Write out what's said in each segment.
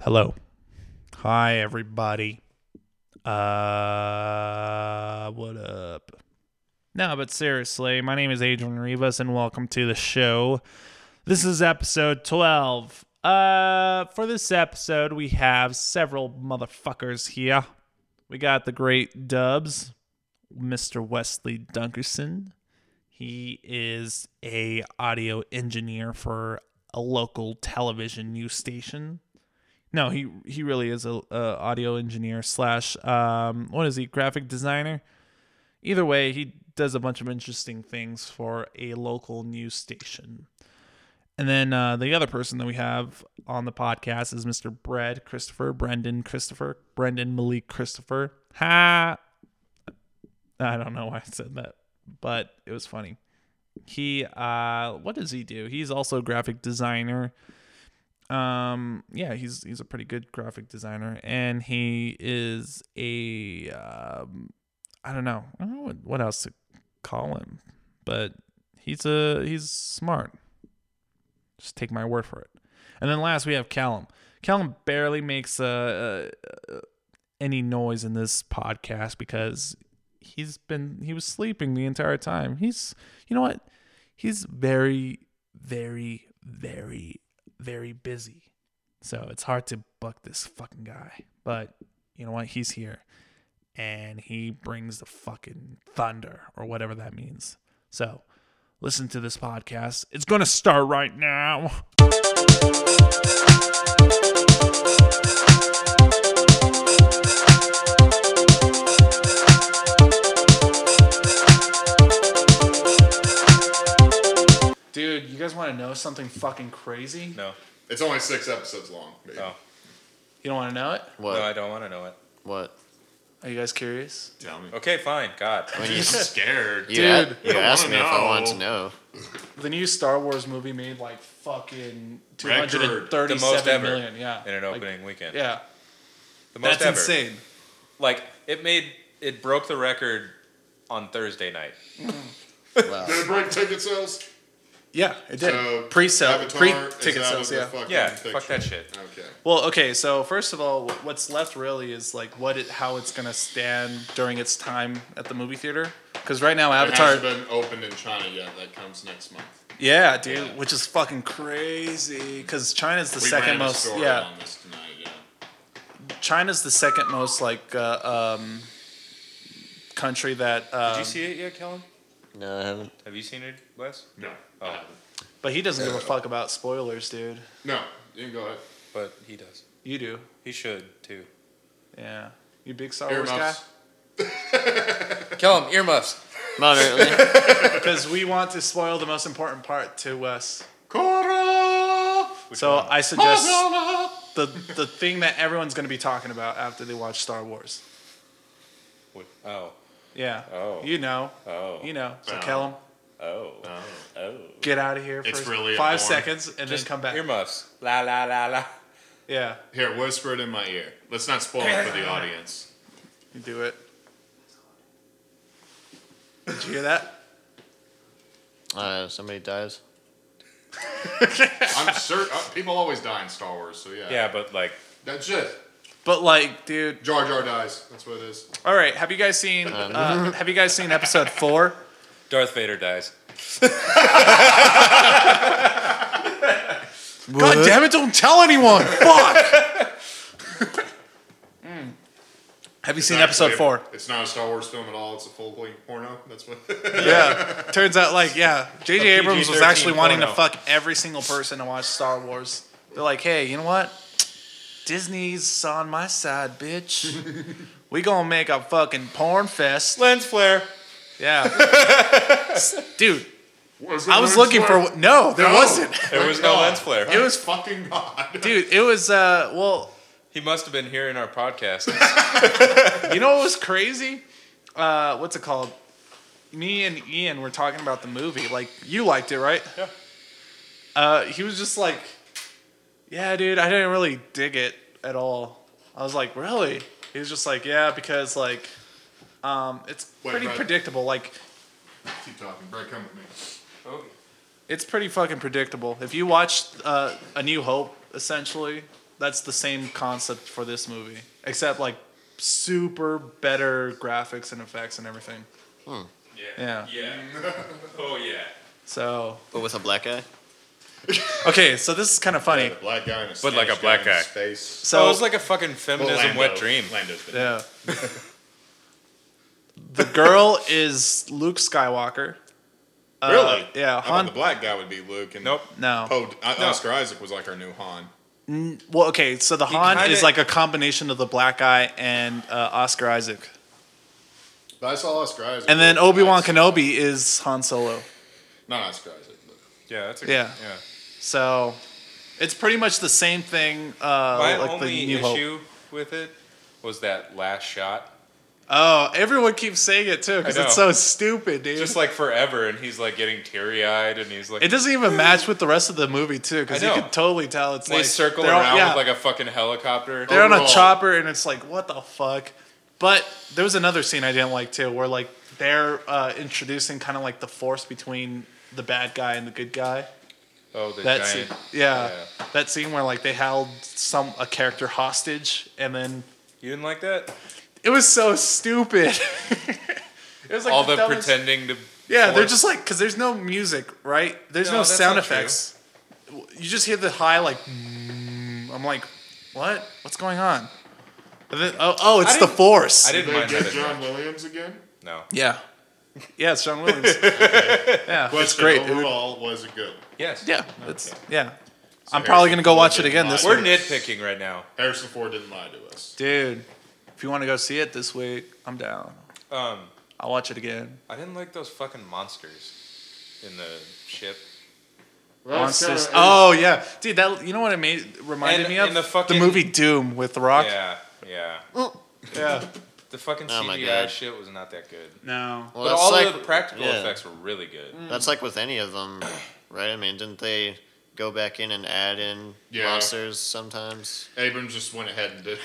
Hello. Hi, everybody. Uh, what up? No, but seriously, my name is Adrian Rivas, and welcome to the show. This is episode 12. Uh, for this episode, we have several motherfuckers here. We got the great dubs, Mr. Wesley Dunkerson. He is a audio engineer for a local television news station. No, he he really is a, a audio engineer slash um what is he graphic designer? Either way, he does a bunch of interesting things for a local news station. And then uh, the other person that we have on the podcast is Mr. Brad Christopher, Brendan Christopher, Brendan Malik Christopher. Ha! I don't know why I said that, but it was funny. He, uh, what does he do? He's also a graphic designer. Um, yeah, he's he's a pretty good graphic designer, and he is a, um, I don't know, I don't know what, what else to call him, but he's a he's smart. Just take my word for it. And then last we have Callum. Callum barely makes uh, uh, any noise in this podcast because he's been he was sleeping the entire time. He's you know what? He's very very very very busy. So it's hard to buck this fucking guy. But you know what? He's here and he brings the fucking thunder or whatever that means. So listen to this podcast. It's going to start right now. Dude, you guys want to know something fucking crazy? No. It's only six episodes long. Maybe. Oh. You don't want to know it? What? No, I don't want to know it. What? Are you guys curious? Tell me. Okay, fine. God. When You're you, scared. you, Dude, a- you you don't asked wanna me if I know. wanted to know. The new Star Wars movie made like fucking two hundred Record. thirty-seven million. The most ever Yeah. in an Like, opening weekend. yeah. The most That's ever. insane. Like it made it broke the record on Thursday night. Wow. Did it break ticket sales? Yeah, it did. So, Pre-sale, Avatar, is pre-ticket that sales. what the Yeah. fucking Yeah, picture- fuck that shit. Okay. Well, okay. So first of all, wh- what's left really is like what it, how it's gonna stand during its time at the movie theater. Because right now, It Avatar. hasn't been opened in China yet. That comes next month. Yeah, dude, Yeah. which is fucking crazy. Because China's the We second ran a most. story Yeah, on this tonight, yeah. China's the second most like uh, um, country that. Um, Did you see it yet, Kellen? No, I haven't. Have you seen it, Wes? No. Oh. I haven't. But he doesn't give a fuck about spoilers, dude. No. You can go ahead. But he does. You do. He should too. Yeah. You big Star Wars guy? Earmuffs. Kellen, earmuffs. Moderately. Because we want to spoil the most important part to us. Cora! so I suggest the the thing that everyone's going to be talking about after they watch Star Wars. What- Oh. Yeah. Oh. You know. Oh. You know. So Oh. Kellum, Oh. Oh. Oh. get out of here for It's really five a horn. seconds and then come back. Earmuffs. La la la la. yeah. Here, whisper it in my ear. Let's not spoil it for the audience. You do it. Did you hear that? uh, somebody dies. I'm certain uh, people always die in Star Wars, so yeah. Yeah, but like That's it. But like, dude. Jar Jar dies. That's what it is. All right. Have you guys seen? Uh, have you guys seen episode four? Darth Vader dies. God damn it! Don't tell anyone. Fuck. Mm. Have you seen Actually, episode four? It's not a Star Wars film at all. It's a full length porno. That's what. Yeah. Turns out, like, yeah, J.J. A Abrams was PG-13 actually wanting to porno. fuck every single person to watch Star Wars. They're like, hey, you know what? Disney's on my side, bitch. we gonna make a fucking porn fest. Lens flare. Yeah. Dude, I was looking for no, there No. wasn't. There was no God. lens flare. It was fucking god. dude, it was uh well, He must have been hearing our podcast. you know what was crazy? Uh what's it called? Me and Ian were talking about the movie. Like you liked it, right? Yeah. Uh he was just like Yeah, dude, I didn't really dig it at all. I was like, "Really?" He was just like, "Yeah, because like um it's Wait, pretty Brad. predictable. Like Keep talking. Brad, come with me. Oh. it's pretty fucking predictable. If you watch uh, A New Hope, essentially, that's the same concept for this movie, except like super better graphics and effects and everything. Yeah. Yeah. oh yeah. So But with a black eye? okay, so this is kind of funny. The black guy in a But like a Spanish black guy in guy. Space. So So Oh, it was like a fucking Well, feminism Lando. wet dream. Lando's been yeah, the girl is Luke Skywalker. Uh, Really? yeah, I thought Han- the black guy would be Luke and Nope. No. Poe, I- No. Oscar Isaac was like our new Han. Well, okay, so the Han kinda- is like a combination of the black guy and uh, Oscar Isaac, But I saw Oscar Isaac. and then was Obi Wan nice. Kenobi is Han Solo. Not Oscar Isaac. But Yeah, that's a Yeah. yeah. So it's pretty much the same thing. Oh, Uh, My like the only New Hope. issue with it was that last shot. Oh, everyone keeps saying it too because I it's know. so stupid, dude. Just like forever, and he's like getting teary eyed, and he's like, it doesn't even match with the rest of the movie too because I you know. can totally tell it's they like circle they're all- around yeah, with like a fucking helicopter. they're on a Overall. chopper and it's like what the fuck. But there was another scene I didn't like too where like they're uh, introducing kind of like the force between the bad guy and the good guy. oh, the That scene, giant. yeah, yeah. that scene where like they held some a character hostage and then You didn't like that? It was so stupid. it was like All the dumbest- pretending to. Yeah, they're force- just like because there's no music, right? There's no, No, that's sound not true. effects. You just hear the high like. mm, I'm like, what? What's going on? And then, oh, oh, it's the didn't- force. I didn't mind that. as much. Williams again? No. Yeah, yeah, it's John Williams. yeah, it's Question, great. It would- Overall, was it good? Yes. yeah, it's yeah. I'm So probably gonna go Harrison watch it Ford again did this We're week, nitpicking right now. Harrison Ford didn't lie to us. dude. If you want to go see it this week, I'm down. Um, I'll watch it again. I didn't like those fucking monsters in the ship. Monsters. Oh yeah, dude. That you know what it made reminded And- me of and the fucking- movie Doom with The Rock. Yeah, yeah. Yeah. The fucking Oh my CGI God. shit was not that good. No. Well, but that's all like, the practical yeah. effects were really good. Oh! That's like with any of them, right? I mean, didn't they go back in and add in Yeah. monsters sometimes? Abrams just went ahead and did.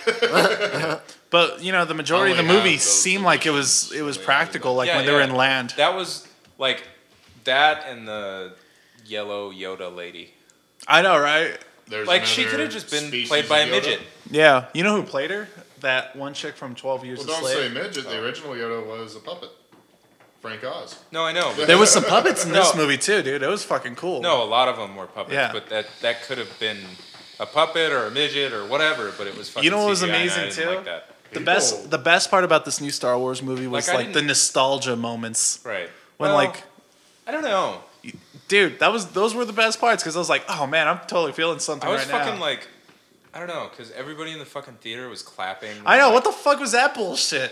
But you know, the majority of the Only half movie those seemed like it was it was Yeah, practical, like yeah, when they were yeah. in land. That was like that and the yellow Yoda lady. I know, right? There's Like she another could have just been species played by a of Yoda. midget. Yeah. You know who played her? That one chick from Twelve Years Well, a don't say Slave. midget. The original Yoda was a puppet. Frank Oz. No, I know. but- There was some puppets in this No. movie too, dude. It was fucking cool. no, a lot of them were puppets, Yeah. but that that could have been a puppet or a midget or whatever. But it was fucking. You know what was CGI, and I amazing, didn't too? Like that. The People- best the best part about this new Star Wars movie was Like, I like, the didn't- nostalgia moments Right. when Well, like. I don't know. Dude, that was those were the best parts because I was like, oh man, I'm totally feeling something I was right now. fucking like, I don't know, because everybody in the fucking theater was clapping. I know. What the fuck was that bullshit?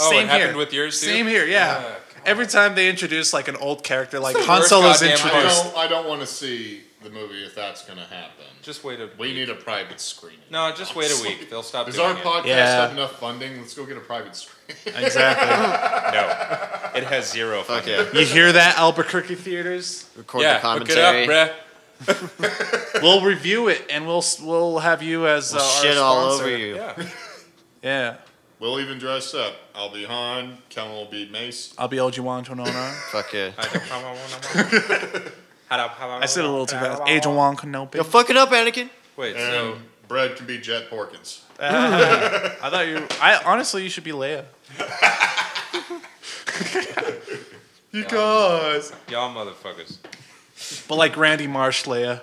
Oh, it Same here. happened with yours, too? Same here. Yeah. Yeah, come Every time they introduce like an old character, like the Han worst Solo's goddamn I introduced. don't. I don't want to see the movie if that's going to happen. Just wait a. We need a private screening. No, just wait a week. They'll stop Does doing our it. podcast Yeah. have enough funding? Let's go get a private screening. Exactly. No, it has zero. Fuck fucking- yeah. you hear that, Albuquerque theaters? Record yeah, the commentary. look it up, bruh. We'll review it and we'll s- we'll have you as uh, We'll our shit all sponsor. over you. Yeah, Yeah. we'll even dress up. I'll be Han. Kellen will be Mace. I'll be El Juan Tonona. Fuck yeah. I I said it a little too fast. Agent Juan Kenobi. You'll fuck it up, Anakin. Wait, And so Brad can be Jet Porkins. I thought you. I honestly, you should be Leia. you guys. y'all motherfuckers. But like Randy Marsh Leia.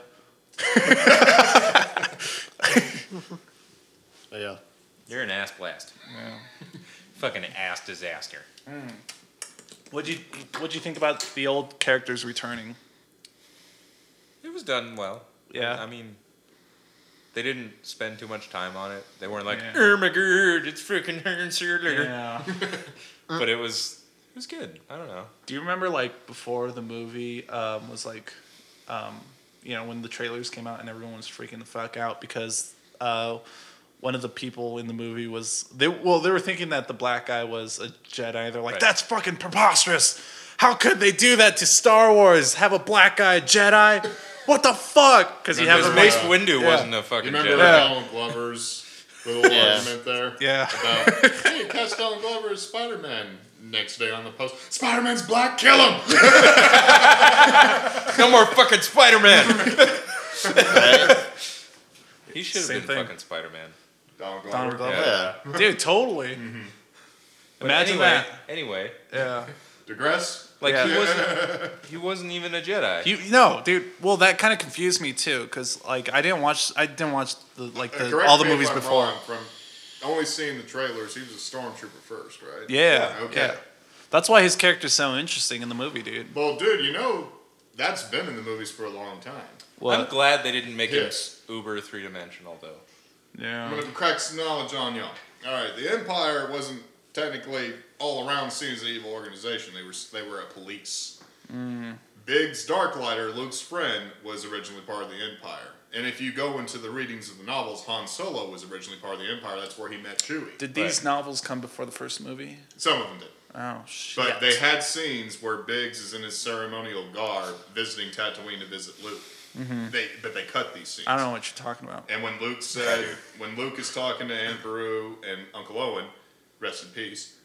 Yeah. You're an ass blast. Fucking ass disaster. What'd you What'd you think about the old characters returning? It was done well. Yeah. I mean, they didn't spend too much time on it. They weren't like, Yeah. oh my god, it's freaking Hans Sirler. Yeah. But it was, it was good. I don't know. Do you remember like before the movie um, was like, um, you know, when the trailers came out and everyone was freaking the fuck out because uh, one of the people in the movie was they well they were thinking that the black guy was a Jedi. They're like, Right. that's fucking preposterous. How could they do that to Star Wars? Have a black guy Jedi? What the fuck? Because you have Because a Remember race. Mace Windu yeah. wasn't a You fucking remember Jedi. Yeah. Donald Glover's little Yeah. argument there? Yeah. About, hey, cast Donald Glover as Spider Man. Next day on the post, Spider Man's black, kill him! No more fucking Spider Man. Right? he should have Same been thing. fucking Spider Man. Donald Glover. Donald Glover. Mm-hmm. yeah. Dude, totally. Imagine anyway, that. Anyway, Yeah. Digress? like Yeah. he wasn't. He wasn't even a Jedi. You no, dude. Well, that kind of confused me too, cause like I didn't watch, I didn't watch the like Uh, the, correct all the me if movies I'm before. wrong, from only seeing the trailers, he was a stormtrooper first, right? Yeah, Okay. yeah. That's why his character's so interesting in the movie, dude. Well, dude, you know that's been in the movies for a long time. I'm glad they didn't make Yes. him uber three dimensional though. I'm yeah. gonna crack some knowledge on y'all. All right, the Empire wasn't technically all around seen as an evil organization. They were they were a police. Biggs Darklighter, Luke's friend, was originally part of the Empire. And if you go into the readings of the novels, Han Solo was originally part of the Empire. That's where he met Chewie. Did these novels come before the first movie? Some of them did. Oh shit. But they had scenes where Biggs is in his ceremonial garb visiting Tatooine to visit Luke. They, but they cut these Mm-hmm. scenes. I don't know what you're talking about. And when Luke said, when Luke is talking to Aunt Beru and Uncle Owen, rest in peace.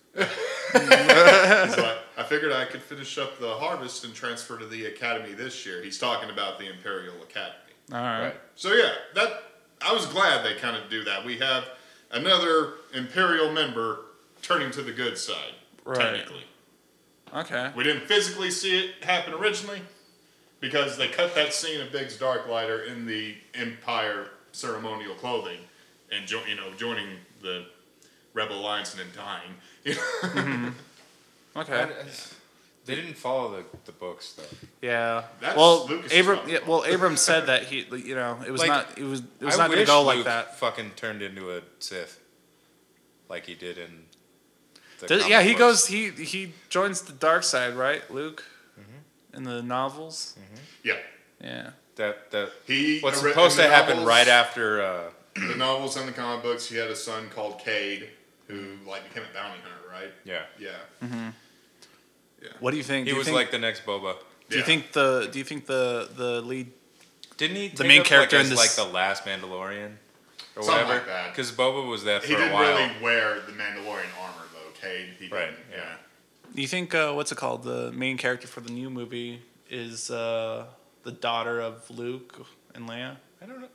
he's like, I figured I could finish up the harvest and transfer to the academy this year. He's talking about the Imperial Academy. All right. Right. So yeah, that I was glad they kind of do that. We have another Imperial member turning to the good side. Right. Technically, Okay. we didn't physically see it happen originally because they cut that scene of Biggs Darklighter in the Empire ceremonial clothing and jo- you know joining the Rebel Alliance and then dying. You know? Okay. I- I- uh, they didn't follow the, the books though. Yeah. That's well, Lucas's Abram. problem. Yeah, well, Abram said that he, you know, it was Like, not. It was. It was I not going to wish go Luke like that. Fucking turned into a Sith, like he did in. The Does- comic yeah, he books. goes. He he joins the dark side, right, Luke? Mm-hmm. In the novels. yeah, Yeah. That that he. what's ori- supposed in to the happen novels- right after. Uh, the novels and the comic books. He had a son called Cade who like became a bounty hunter, right? yeah, Yeah. What do you think? he do you was think, like the next Boba. Do you Yeah. think the Do you think the the lead? Didn't he? Take main up, character like, in as, this- like the last Mandalorian, or Something like whatever. that. Because Boba was that for He a didn't while. really wear the Mandalorian armor though. Cade, he Right, didn't. yeah. Do you think uh, what's it called? The main character for the new movie is uh, the daughter of Luke and Leia. I don't know.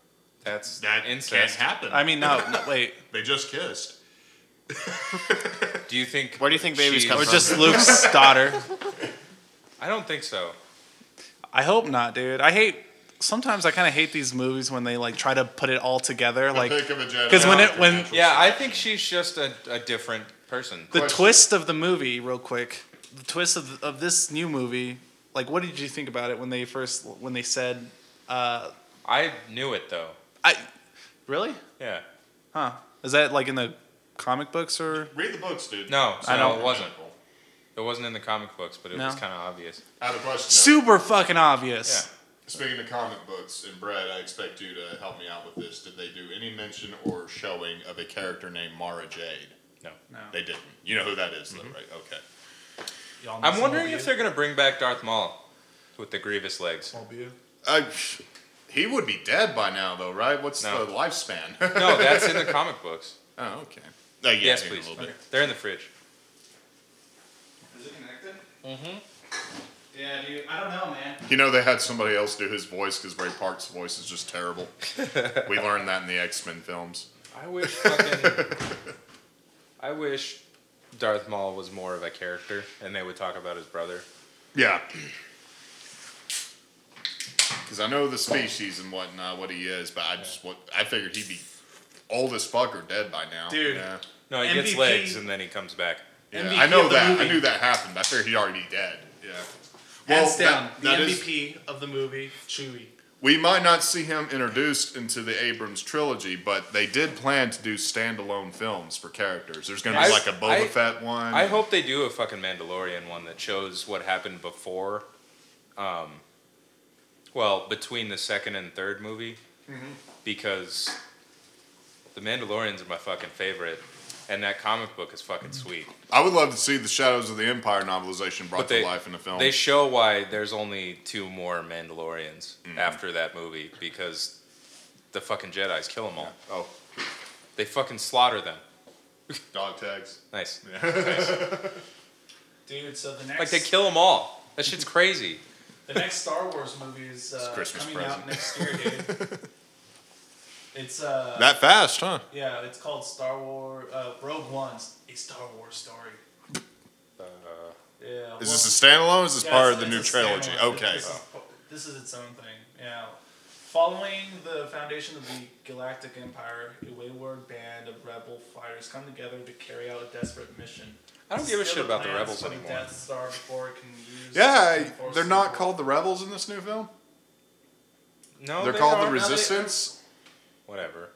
That's That incest. can't happen. I mean, no, no, wait, they just kissed. Do you think? Where do you think babies she's- come or from? just Luke's daughter. I don't think so. I hope not, dude. I hate. Sometimes I kind of hate these movies when they like try to put it all together. Like Pick of a Jedi 'cause when it- after when- natural Yeah, I selection. think she's just a, a different person. the question. twist of the movie, real quick. The twist of of this new movie. Like, what did you think about it when they first when they said, uh, I knew it though. "I really? Yeah. Huh? Is that like in the comic books or?" Read the books, dude. No, so I don't- it wasn't. It wasn't in the comic books, but it No. was kind of obvious. I have a question. though. Super fucking obvious. Yeah. Speaking of comic books, and Brad, I expect you to help me out with this. Did they do any mention or showing of a character named Mara Jade? No. They didn't. You know who that is, Mm-hmm. though, right? Okay. I'm wondering if they're gonna bring back Darth Maul with the Grievous legs. Uh, he would be dead by now, though, right? What's No. the lifespan? No, that's in the comic books. oh, okay. Uh, yeah, yes, in please. A little bit. They're in the fridge. Is it connected? Mm-hmm. Yeah, dude. I don't know, man. You know, they had somebody else do his voice because Ray Park's voice is just terrible. we learned that in the X Men films. I wish fucking. I wish Darth Maul was more of a character, and they would talk about his brother. Yeah. Because I know the species and whatnot, what he is, but I just what I figured he'd be old as fuck or dead by now. Dude. Yeah. No, he gets MVP. legs and then he comes back. Yeah, MVP I know of the that. I movie. knew that happened. I figured he'd already be dead. Yeah. Hands down, that- that the is- MVP of the movie, Chewie. We might not see him introduced into the Abrams trilogy, but they did plan to do standalone films for characters. There's going to be I- like a Boba I- Fett one. I hope they do a fucking Mandalorian one that shows what happened before, um, well, between the second and third movie, because the Mandalorians are my fucking favorite, and that comic book is fucking sweet. I would love to see the Shadows of the Empire novelization brought But they- to life in a film. They show why there's only two more Mandalorians Mm-hmm. after that movie because the fucking Jedi's kill them all. oh, They fucking slaughter them. dog tags. Nice. Yeah. Dude, so the next Like they kill them all. That shit's crazy. the next Star Wars movie is uh, Christmas coming out present. next year, dude. it's uh That fast, huh? yeah, it's called Star Wars uh, Rogue One's a Star Wars story. Uh, Yeah. Is this a standalone? Or is this yeah, part of it's- the new it's a trilogy? standalone. Okay. This, is, this is its own thing. Yeah. Following the foundation of the Galactic Empire, a wayward band of rebel fighters come together to carry out a desperate mission. I don't give a Steal shit about the plans rebels from the anymore. Death Star before it can use Yeah, the Force they're not to- called the rebels in this new film. No, They're they called aren't. the No, they- Resistance. Whatever.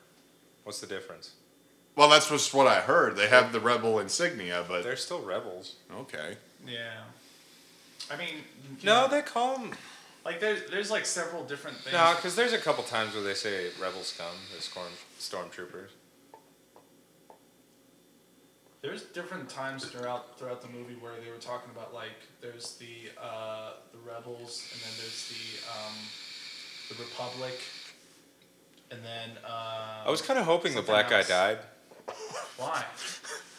What's the difference? Well, that's just what I heard. They have the rebel insignia, but They're still rebels. okay. Yeah. I mean, No, yeah. they call them. like there's there's like several different things. No, because there's a couple times where they say rebel scum, the storm stormtroopers. There's different times throughout throughout the movie where they were talking about like there's the uh, the rebels and then there's the um, the republic and then uh, I was kind of hoping the Something black guy else. died. why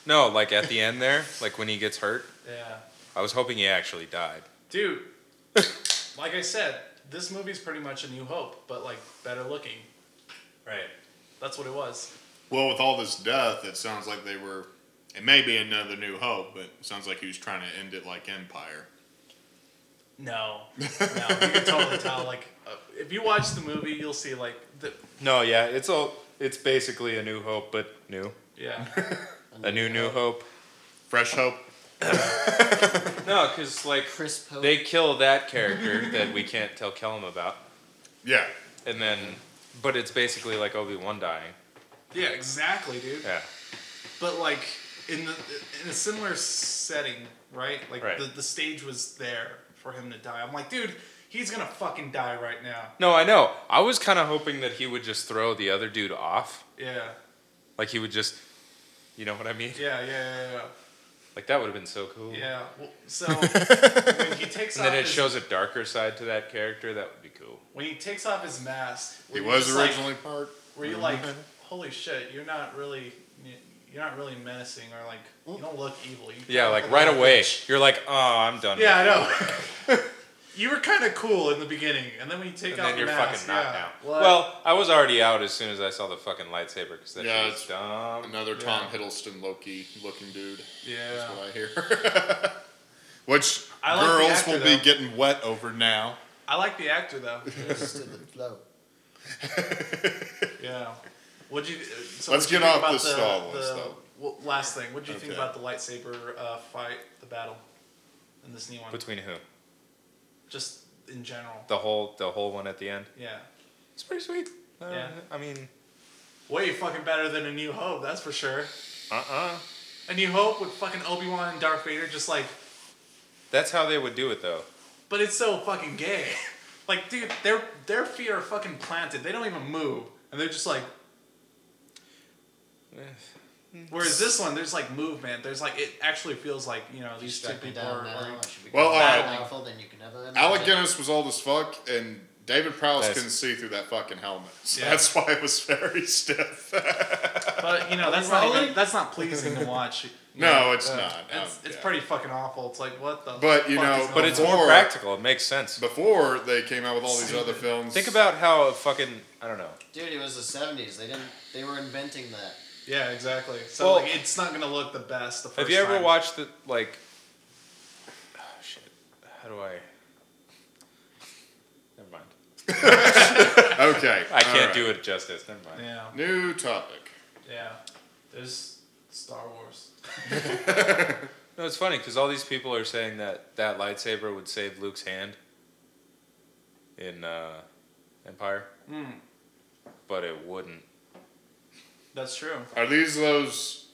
No, like at the end there, like when he gets hurt, yeah I was hoping he actually died. dude like I said this movie's pretty much a New Hope but like better looking Right. that's what it was Well, with all this death, it sounds like they were. It may be another New Hope, but it sounds like he was trying to end it like Empire. no no you can totally tell like uh, if you watch the movie you'll see like the No, yeah, it's all. It's basically a new hope, but new. yeah A new new hope. Fresh Hope. No, because like Chris Pope. they kill that character that we can't tell Kellum about, Yeah. and then, but it's basically like Obi Wan dying. yeah exactly dude Yeah. but like in the in a similar setting, right? Like Right. the the stage was there for him to die. I'm like, dude, he's gonna fucking die right now. No, I know. I was kind of hoping that he would just throw the other dude off, Yeah, like he would just, you know what I mean? yeah, yeah, yeah, yeah. Like that would have been so cool. yeah. Well, so when he takes And off then it his, shows a darker side to that character. That would be cool. when he takes off his mask, He were you was just like- originally part. were you like, holy shit, you're not really you're not really menacing or like you don't look evil. You Yeah, kinda like look right a away, bitch. you're like, oh, I'm done. Yeah, I with you." know. You were kind of cool in the beginning, and then when you take And off then the you're mask, fucking not yeah. now. What? Well, I was already out as soon as I saw the fucking lightsaber because that Yeah, shit was it's- dumb. Another Tom Yeah. Hiddleston Loki looking dude. yeah. That's what I hear. Which I like the girls actor, will be though. getting wet over now. I like the actor though. Stupid flow. yeah. What'd you? uh, So Let's what'd you get think off about this Star Wars, though. well, last thing, what did you think Okay. about the lightsaber uh, fight, the battle, in this new one? Between who? Just in general. The whole the whole one at the end. Yeah. It's pretty sweet. Uh, Yeah. I mean, Way fucking better than A New Hope, that's for sure. uh uh A New Hope with fucking Obi Wan and Darth Vader, just like, That's how they would do it though. but it's so fucking gay. Like, dude, their their feet are fucking planted. They don't even move, and they're just like. Whereas this one, there's like movement. There's like it actually feels like you know You these two strike me people down are. now. are- I should be Well, well, more uh, thankful than you can ever imagine. Alec Guinness was old as fuck, and David Prowse That's- couldn't see through that fucking helmet. So Yeah. That's why it was very stiff. But you know that's not even, that's not pleasing to watch. you no, know? it's Uh, not. It's, Um, it's yeah. pretty fucking awful. It's like what the. But, you fuck know, is But going it's on? more Or- practical. It makes sense. Before they came out with all these other films, Think about how a fucking I don't know. Dude, it was the seventies. They didn't. They were inventing that. yeah, exactly. So Well- like, it's not gonna look the best. The first Have you ever time. watched the like? Oh, shit. How do I? Never mind. Okay, I can't do it justice. Never mind. Yeah, New topic. yeah. There's Star Wars. No, it's funny because all these people are saying that that lightsaber would save Luke's hand in uh, Empire, Mm, but it wouldn't. that's true. Are these those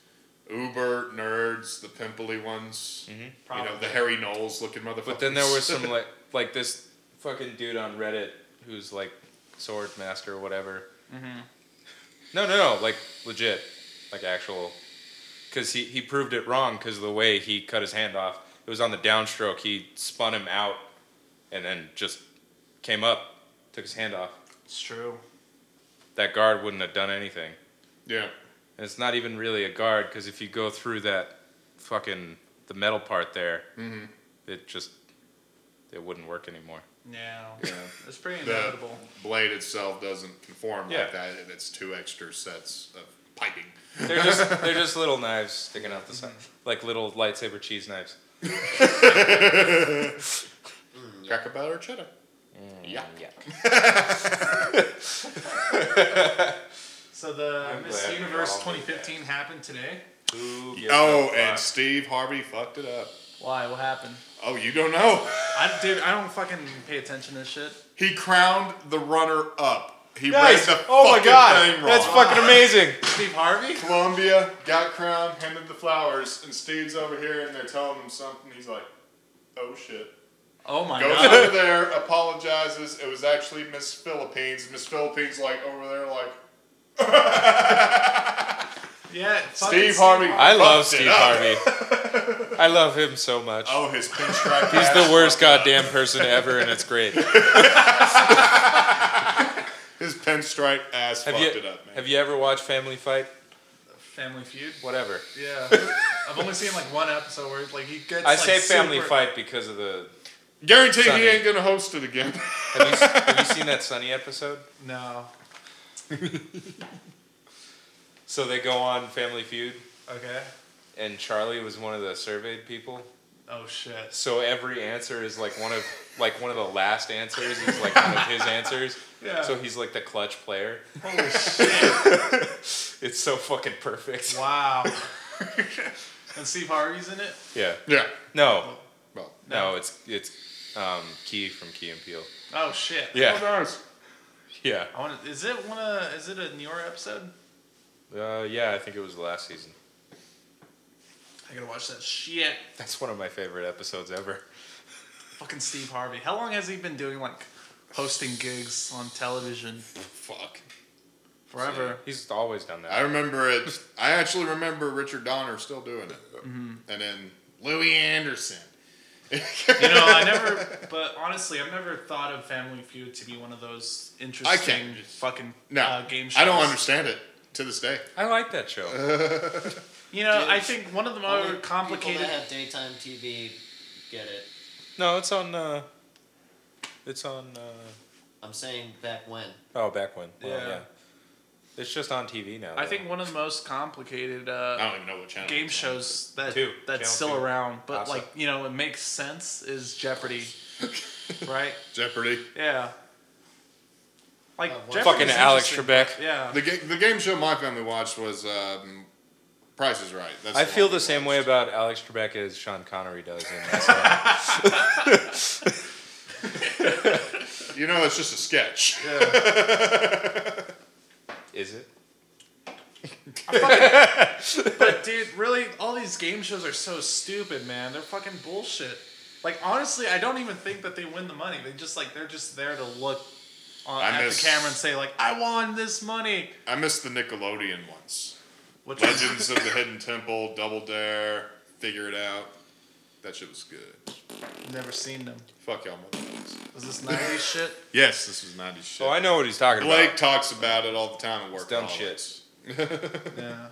Uber nerds, the pimply ones? You Probably. know, the Harry Knowles looking motherfuckers. Mm-hmm. But then there was some like like this fucking dude on Reddit who's like sword master or whatever. Mm-hmm. No, no, no, like legit, like actual, because he he proved it wrong because the way he cut his hand off, it was on the downstroke. He spun him out, and then just came up, took his hand off. It's true. That guard wouldn't have done anything. yeah. And it's not even really a guard because if you go through that fucking the metal part there, it just it wouldn't work anymore. No. Yeah. It's pretty The inevitable. blade itself doesn't conform Yeah. like that, and it's two extra sets of piping. They're just they're just little knives sticking out the side, Mm-hmm. like little lightsaber cheese knives. Cracker batter cheddar. yeah. So the I'm Miss glad we Universe all did 2015 happened today. Who gives a Oh, and fuck? Steve Harvey fucked it up. Why? What happened? Oh, you don't know. I dude, I don't fucking pay attention to this shit. He crowned the runner up. He Nice. read the Oh my fucking god, thing wrong. that's fucking amazing. Steve Harvey. Columbia got crowned, handed the flowers, and Steve's over here, and they're telling him something. He's like, "Oh shit." Oh my Goes god. over there, apologizes. It was actually Miss Philippines. Miss Philippines, like over there, like Yeah. fucking Steve Harvey. I love fucked it Steve up. Harvey. I love him so much. Oh, his pinstripe. He's ass the worst fucked it up. goddamn person ever, and it's great. His pinstripe ass Have fucked you it up, man. have you ever watched Family Fight? Family Feud. Whatever. Yeah. I've only seen like one episode where like he gets. I like, say Family super- Fight because of the. Guarantee Sonny. he ain't gonna host it again. Have you, have you seen that Sunny episode? No. So they go on Family Feud, Okay. and Charlie was one of the surveyed people. Oh shit. So every answer is like one of like one of the last answers is like one of his answers. Yeah. So he's like the clutch player. Holy shit. It's so fucking perfect. Wow. and Steve Harvey's in it. Yeah. yeah. No. Well. No, it's it's um, Key from Key and Peele. Oh shit. Yeah. Oh, nice. Yeah. I want. to Is it one of? Is it a newer episode? Uh, yeah, I think it was the last season. I gotta watch that shit. That's one of my favorite episodes ever. Fucking Steve Harvey. How long has he been doing like hosting gigs on television? Fuck. Forever. He's always done I that. remember it. I actually remember Richard Donner still doing it, and then Louis Anderson. Mm-hmm. You know, I never. But honestly, I've never thought of Family Feud to be one of those interesting fucking No, uh, game shows. I don't understand it to this day. I like that Uh. show. You know, I Dude, think one of the Only more people Oh, complicated. that have daytime TV get it. No, it's on. Uh, it's on. Uh, I'm saying back when. oh, back when. Well, Yeah. yeah. It's just on TV now. I though. think one of the most complicated I uh, don't even know what channel. game it's on. shows that Two. Channel that's still two. around, but Awesome. like you know, it makes sense is Jeopardy, right? Jeopardy. Yeah. Like Uh, what- Jeopardy's fucking Alex interesting. Trebek. Yeah. The, ga- the game show my family watched was um, Price is Right. That's I feel one we the same way watched. about Alex Trebek as Sean Connery does in SNL. You know, it's just a sketch. Is it? But dude, really, all these game shows are so stupid, man. They're fucking bullshit. Like honestly, I don't even think that they win the money. They just like they're just there to look on, I at miss- the camera and say like, "I won this money." I missed the Nickelodeon ones. Which was, Legends of the Hidden Temple, Double Dare, Figure It Out. That shit was good. never seen them. Fuck y'all motherfuckers. Was this '90s shit? Yes, this was 90s shit. Oh, I know what he's talking Blake about. talks about it all the time at work. dumb and all shit. this. Yeah.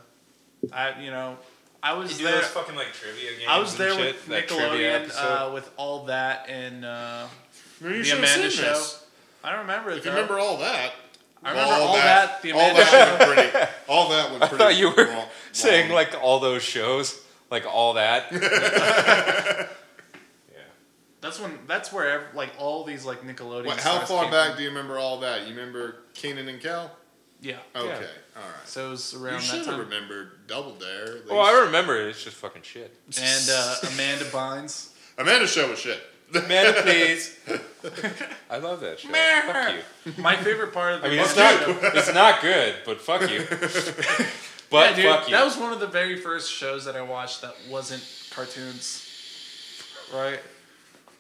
I you know, I was You do there. those fucking like trivia games. I was there and shit, with that trivia Nickelodeon episode. uh, with all that and uh, Man, you the should've Amanda seen Show. this. I don't remember it. If you though. remember all that. I remember all that, the all Amanda that went pretty. All that went I pretty. thought you were wrong- saying wrong. like all those shows, like all that. yeah. That's when. That's where ev- like all these like Nickelodeon. Wait, how stars far came back from. do you remember all that? You remember Keenan and Cal? Yeah. Okay, Yeah. all right. So it was You around should have that time. Oh, remembered Double Dare. at Well, I least. remember it. It's just fucking shit. And uh, Amanda Bynes. Amanda Show was shit. Amanda, please. I love that show. Fuck you. My favorite part of the I mean, Amanda it's not Show- it's not good, but fuck you. But Yeah, dude, fuck you. That was one of the very first shows that I watched that wasn't cartoons. Right?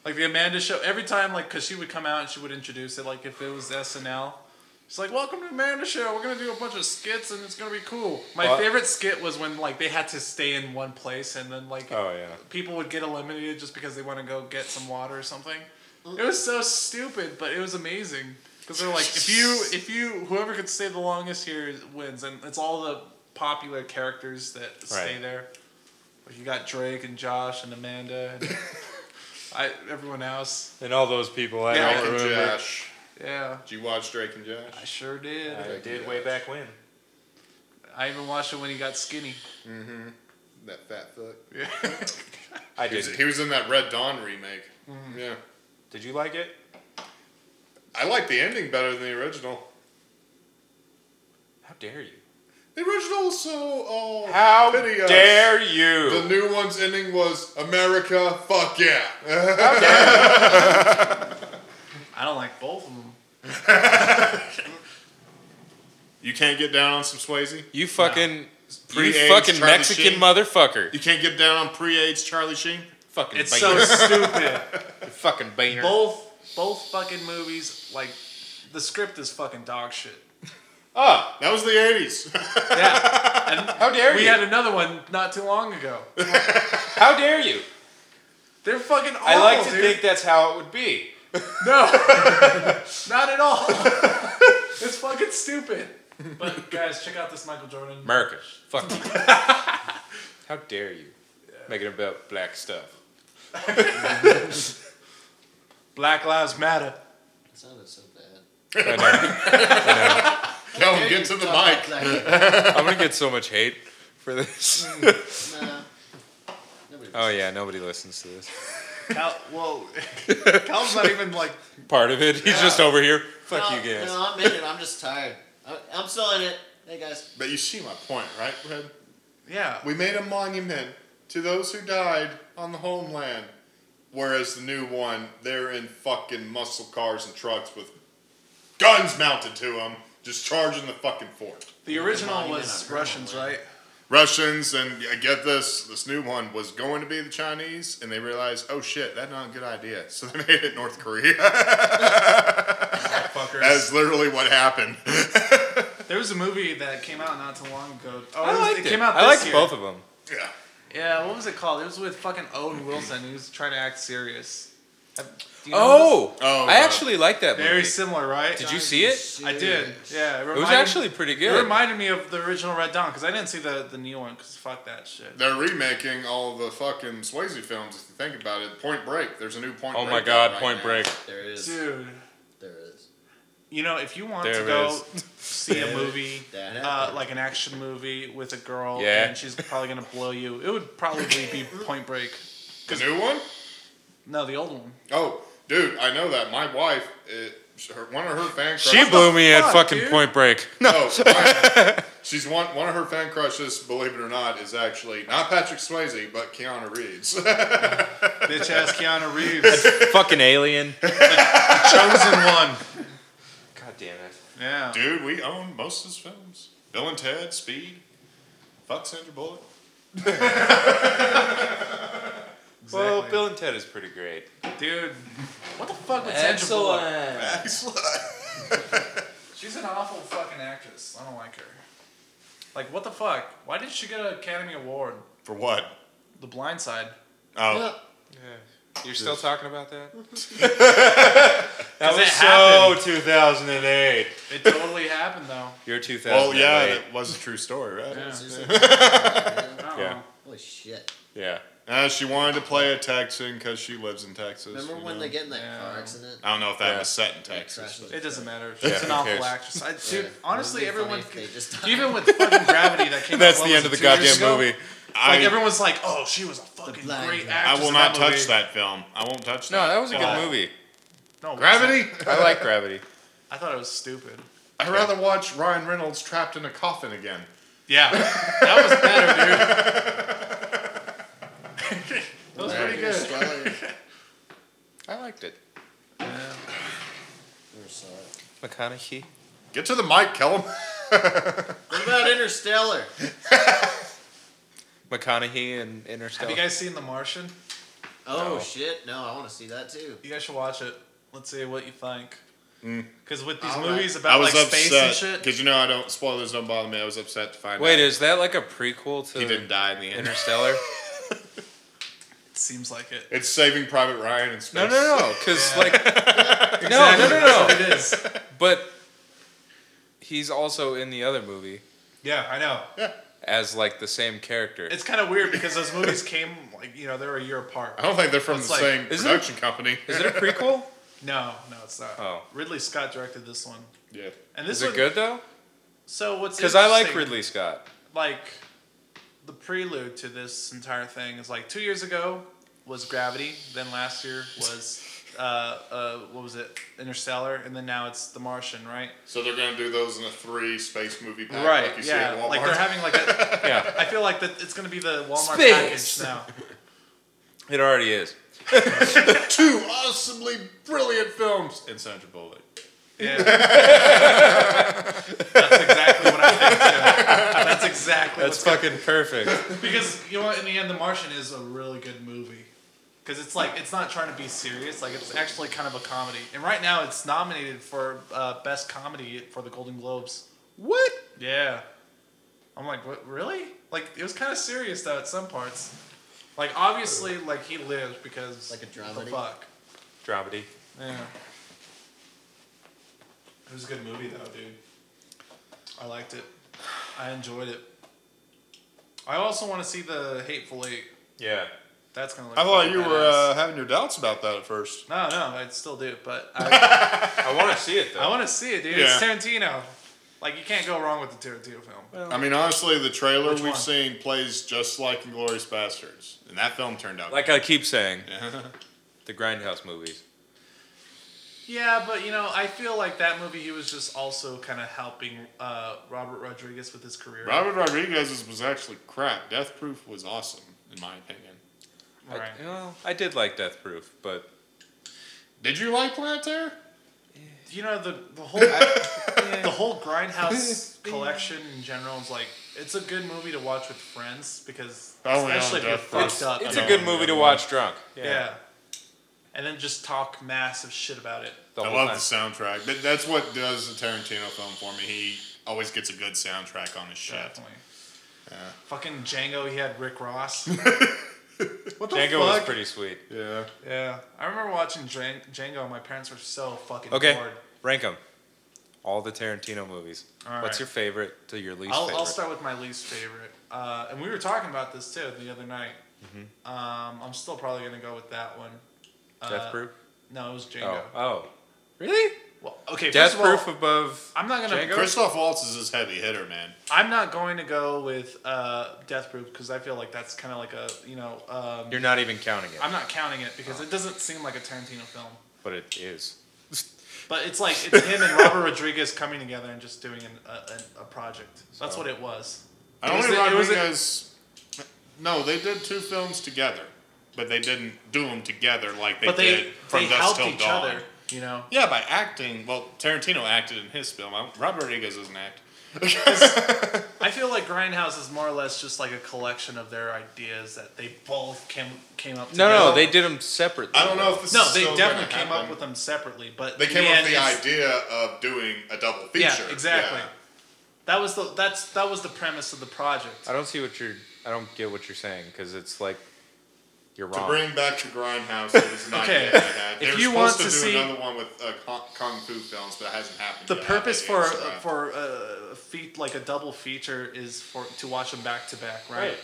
Like the Amanda show, every time, like, because she would come out and she would introduce it, like, if it was SNL. She's like, welcome to Amanda Show. We're gonna do a bunch of skits and it's gonna be cool. My Well- favorite skit was when like they had to stay in one place and then like oh yeah. people would get eliminated just because they want to go get some water or something. It was so stupid, but it was amazing because they're like, if you, if you, whoever could stay the longest here wins, and it's all the popular characters that stay Right. there. Like you got Drake and Josh and Amanda and I, everyone else. And all those people I Drake don't and remember. Josh. Yeah, Did you watch Drake and I Josh? sure did. I Drake did and way Josh. back when. I even watched it when he got skinny. That fat fuck. Yeah. I He did. was, he was in that Red Dawn remake. Mm-hmm. Yeah. Did you like it? I like the ending better than the original. How dare you? The original, so oh, How pity us. dare you? The new one's ending was America, fuck yeah. I don't like both of them. you can't get down on some Swayze. you fucking, you Pre-AIDS fucking Charlie Mexican Sheen. motherfucker. You You can't get down on pre-AIDS Charlie Sheen. fucking It's so banger. stupid. fucking banger. Both both fucking movies like the script is fucking dog shit. Ah, that was the '80s. Yeah. And Oh, How dare we you? had another one not too long ago. How dare you? They're fucking awful. I like to dude. think that's how it would be. No, not at all. it's fucking stupid. But guys, check out this Michael Jordan. America. Fuck you. How dare you? Make it about black stuff. Black Lives Matter. It sounded so bad. I know. Come get to the mic. I'm gonna get so much hate for this. nah. Nobody oh yeah, nobody listens to this. Cal, whoa, Cal's not even like. Part of it. He's just over here. Fuck no, you guys. No, I'm in it. I'm just tired. I, I'm still in it. Hey guys. But you see my point, right, Red? Yeah, We made a monument to those who died on the homeland. Whereas the new one, they're in fucking muscle cars and trucks with guns mounted to them, just charging the fucking fort. the original Monument was on Russians, Grandma right? Russians and I get this, this new one was going to be the Chinese, and they realized, oh shit, that's not a good idea. So they made it North Korea. Fuckers. That's literally what happened. there was a movie that came out not too long ago. Oh, I was- liked it it. came out I this liked year. both of them. yeah. Yeah, what was it called? It was with fucking Owen Wilson. He was trying to act serious. Have- do you know this? Oh, Oh, I uh, actually like that movie. very similar, right? Did you see it? I did. Yeah, it, It was reminded- actually pretty good. It reminded me of the original Red Dawn because I didn't see the the new one because fuck that shit. They're remaking all the fucking Swayze films, if you think about it. Point Break. There's a new Point oh Break. my god, out right Point now. Break. There is. Dude, There is. you know if you want to There go is. see a movie, That uh, happened. like an action movie with a girl, Yeah. and she's probably gonna blow you, it would probably be Point Break. The new one? No, the old one. Oh, dude, I know that. My wife, it, her, one of her fan crushes. She blew me at fuck, fucking dude? Point Break. No, mine- she's one. One of her fan crushes, believe it or not, is actually not Patrick Swayze, but Keanu Reeves. Bitch ass Keanu Reeves, fucking Alien. chosen one. God damn it. Yeah. Dude, we own most of his films. Bill and Ted, Speed, fuck Sandra Bullock. Well, Bill and Ted is pretty great. Dude, what the fuck with Sandra Bullock? She's an awful fucking actress. I don't like her. Like, what the fuck? Why did she get an Academy Award? For what? The Blind Side. Oh, You're still talking about that? that 'Cause was it Oh, so 2008. It totally happened though. You're 2008. well, yeah, that was a true story, right? Yeah. Yeah. Yeah. Holy shit. Yeah. Uh, she wanted to play a Texan because she lives in Texas. Remember you when know? they get in that car Yeah. accident? I don't know if that Yeah. was set in They Texas. crash but- into- It doesn't matter. Yeah, She's an who awful cares? actress. I, Yeah. dude, honestly, Wouldn't it be funny everyone, if They just died? even with fucking Gravity that came That's out. what the was end of it, the two years goddamn ago? movie. I, Like everyone's like, oh, she was a fucking Blind great Guy. actress. I will in not that touch movie. that film. I won't touch No, that. that was a good Oh. movie. No, it wasn't. Gravity. Uh, I like Gravity. I thought it was stupid. I'd rather watch Ryan Reynolds trapped in a coffin again. Yeah, that was better, dude. that was Larry pretty good. Stellar. I liked it. Never saw it. McConaughey. Get to the mic, Kellum. What about Interstellar? McConaughey and Have Interstellar. you guys seen The Martian? Oh No. shit! No, I want to see that too. You guys should watch it. Let's see what you think. Because with these All right. movies Mm. I about was like space and upset shit, because you know I don't spoilers don't bother me. I was upset to find Wait, out is that like a prequel to he didn't die in the end. Interstellar? it seems like it. It's Saving Private Ryan in space. no, no, no. Because Yeah. like, no, Exactly, no, no, that's no. what It is. But he's also in the other movie. Yeah, I know. as like the same character. It's kind of weird because those movies came like you know they were a year apart. I don't think they're from It's the like- same is it- production company. Is it a prequel? No, no, it's not. Oh. Ridley Scott directed this one, yeah. and this Is it one- good though? So what's Because I like interesting- Ridley Scott. like the prelude to this entire thing is like two years ago was Gravity, then last year was uh, uh, what was it Interstellar, and then now it's The Martian, right? So they're gonna do those in a three space movie pack, right, Like you yeah. see at Walmart. Like they're having like a, Yeah, I feel like that it's gonna be the Walmart Space. package now. it already is. two awesomely brilliant films in Sandra Bullock. Yeah. That's exactly what I think. Too. That's exactly That's what's fucking perfect. Because you know what? In the end, The Martian is a really good movie. Because it's like it's not trying to be serious. Like it's actually kind of a comedy. And right now, it's nominated for uh, best comedy for the Golden Globes. What? Yeah. I'm like, what? Really? Like it was kind of serious though at some parts. Like obviously, like he lives because Like a The dramedy? fuck. Dramedy. Yeah. It was a good movie though, dude. I liked it. I enjoyed it. I also want to see the Hateful Eight. Yeah. That's gonna. Look I thought fucking you were badass. uh, having your doubts about that at first. No, no, I still do, but I, I want to see it though. I want to see it, dude. It's Yeah. Tarantino. Like you can't go wrong with the Tarantino film. I mean, honestly, the trailer Which we've one? seen plays just like *Inglorious Bastards*, and that film turned out. like I keep saying, the Grindhouse movies. Yeah, but you know, I feel like that movie he was just also kind of helping uh, Robert Rodriguez with his career. Robert Rodriguez's was actually crap. Death Proof was awesome, in my opinion. Right. I, well, I did like Death Proof, but Did you like *Planet Terror*? You know the the whole the whole Grindhouse collection in general is like it's a good movie to watch with friends because Oh, yeah, especially if you're definitely. fucked up. it's you a know? good movie to watch drunk. Yeah. And then just talk massive shit about it. The I whole love time. the soundtrack, but that's what does a Tarantino film for me. He always gets a good soundtrack on his shit. Definitely. Fucking Django, he had Rick Ross. what the Django fuck? was pretty sweet. Yeah. yeah, I remember watching Djan- Django. and My parents were so fucking Okay, bored. rank them. All the Tarantino movies. All What's right. your favorite to your least I'll, favorite? I'll start with my least favorite. Uh, and we were talking about this too the other night. Mm-hmm. Um, I'm still probably gonna go with that one. Death Proof. No, it was Django. Oh, oh, really? Well, okay, Death uh, first of all, Proof above. I'm not gonna. Django? Christoph Waltz is his heavy hitter, man. I'm not going to go with uh, Death Proof because I feel like that's kind of like a you know. Um, You're not even counting it, I'm not counting it because it doesn't seem like a Tarantino film. but it is. But it's like it's him and Robert Rodriguez coming together and just doing an, a, an- a project. That's So- what it was. I It don't was think a- it was a- Rodriguez. No, they did two films together, but they didn't do them together like they, but did they from they Dust helped Till each Dawn. other. You know, Yeah, by acting. Well, Tarantino acted in his film. I- Robert Rodriguez doesn't act. I feel like Grindhouse is more or less just like a collection of their ideas that they both came came up. No, Together. no, they did them separately. I don't know if this. No, is they still definitely gonna came up happen. with them separately, but They in came up end, with the it's- idea of doing a double feature. Yeah, exactly. Yeah. That was the that's that was the premise of the project. I don't see what you're. I don't get what you're saying because it's like you're To wrong. bring back to Grindhouse, it was an Okay. idea they had. They If were you supposed want to, to do see- another one with uh, kung, kung fu films, but it hasn't happened. the yet. purpose They for didn't start. for uh, feat like a double feature is for to watch them back to back, right?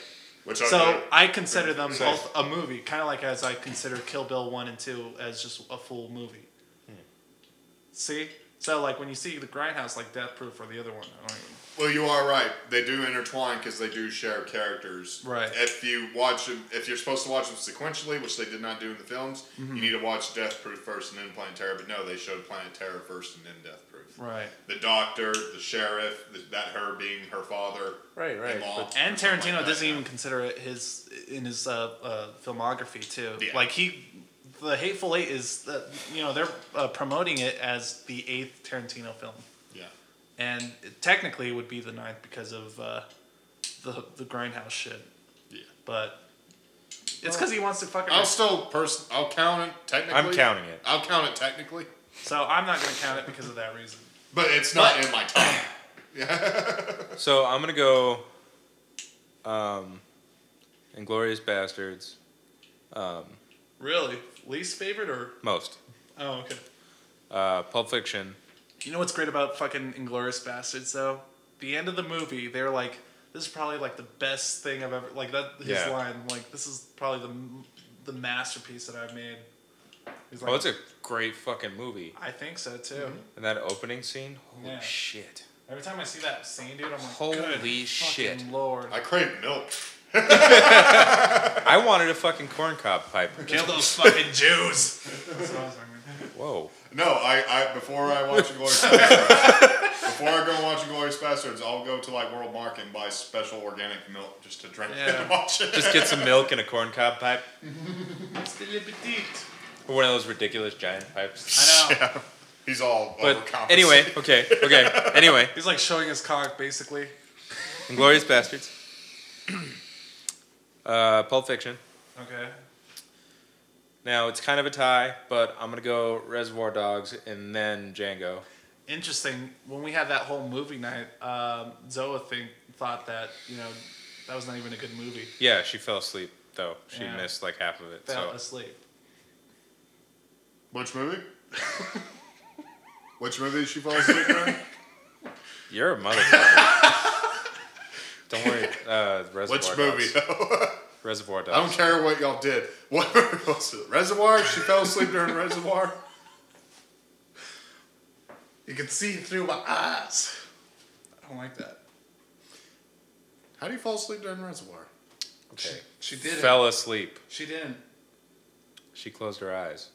which So I, I consider them Sorry. both a movie, kind of like as I consider Kill Bill one and two as just a full movie. Hmm. See, so like when you see the Grindhouse, like Death Proof or the other one, I don't even. well, you are right. They do intertwine because they do share characters. Right. If you watch them, if you're supposed to watch them sequentially, which they did not do in the films, Mm-hmm. you need to watch Death Proof first and then Planet Terror. But no, they showed Planet Terror first and then Death Proof. Right. The doctor, the sheriff, the, that her being her father. Right, right, in-law, but- And or something Tarantino like that. doesn't even consider it his in his uh, uh, filmography too. Yeah. Like he, the Hateful Eight is uh, you know they're uh, promoting it as the eighth Tarantino film, Yeah. and it technically it would be the ninth because of uh, the the Grindhouse shit. Yeah. But it's because he wants to fucking. I'll still person. I'll count it technically. I'm counting it. I'll count it technically, so I'm not gonna count it because of that reason. but it's not in my top. So I'm gonna go. Um, Inglorious Bastards, Really, least favorite or most. oh okay. Uh, Pulp Fiction. You know what's great about fucking Inglorious Bastards though? the end of the movie, they're like, "This is probably like the best thing I've ever like that." His Yeah. line, like, "This is probably the m- the masterpiece that I've made." He's like, Oh, it's a great fucking movie. "I think so too." And that opening scene, holy Yeah. shit. Every time I see that scene, dude, I'm like, Holy "Good shit." fucking lord!" I crave milk. I wanted a fucking corn cob pipe. Kill those fucking Jews. That's what I was thinking. Whoa. No, I, I before I watch a Glorious Bastards, before I go watch a Glorious Bastards, I'll go to like World Market and buy special organic milk just to drink Yeah. and watch it. Just get some milk and a corn cob pipe. It's the appetite. Or one of those ridiculous giant pipes. I know. He's all But overcompensating. anyway, okay, okay. Anyway, He's like showing his cock, basically. Inglorious Bastards. Uh, Pulp Fiction. Okay. Now it's kind of a tie, but I'm gonna go Reservoir Dogs and then Django. Interesting. When we had that whole movie night, um, Zoa think thought that you know that was not even a good movie. Yeah, she fell asleep though. She Yeah. missed like half of it. Fell So asleep. which movie? which movie did she fall asleep during? you're a motherfucker. Don't worry. Uh, Reservoir Which Dogs. movie though? Reservoir I don't Dogs. care what y'all did. What movie was it? Reservoir? She fell asleep during Reservoir. You can see through my eyes. I don't like that. How do you fall asleep during Reservoir? Okay. She didn't. Fell asleep. She didn't. She closed her eyes.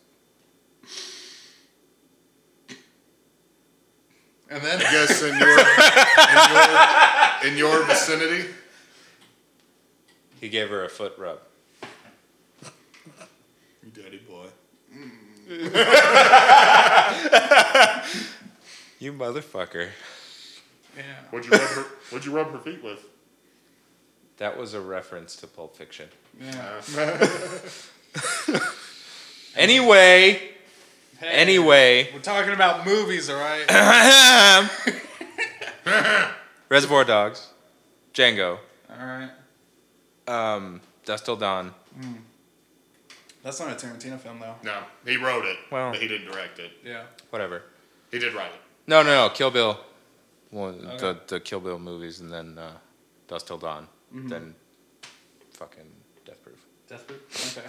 And then I guess in your in your, in your vicinity. He gave her a foot rub. Daddy boy. You motherfucker. Yeah. What'd you rub her? What'd you rub her feet with? That was a reference to Pulp Fiction. Yeah. Anyway, anyway. We're talking about movies, all right? Reservoir Dogs, Django, all right. um, Dust Till Dawn. That's not a Tarantino film, though. No, he wrote it, Well- but he didn't direct it. Yeah. whatever. He did write it. No, no, no. Kill Bill. Well, the Okay. the Kill Bill movies, and then uh, Dust Till Dawn, Mm-hmm. then fucking Death Proof. Death Proof. Okay.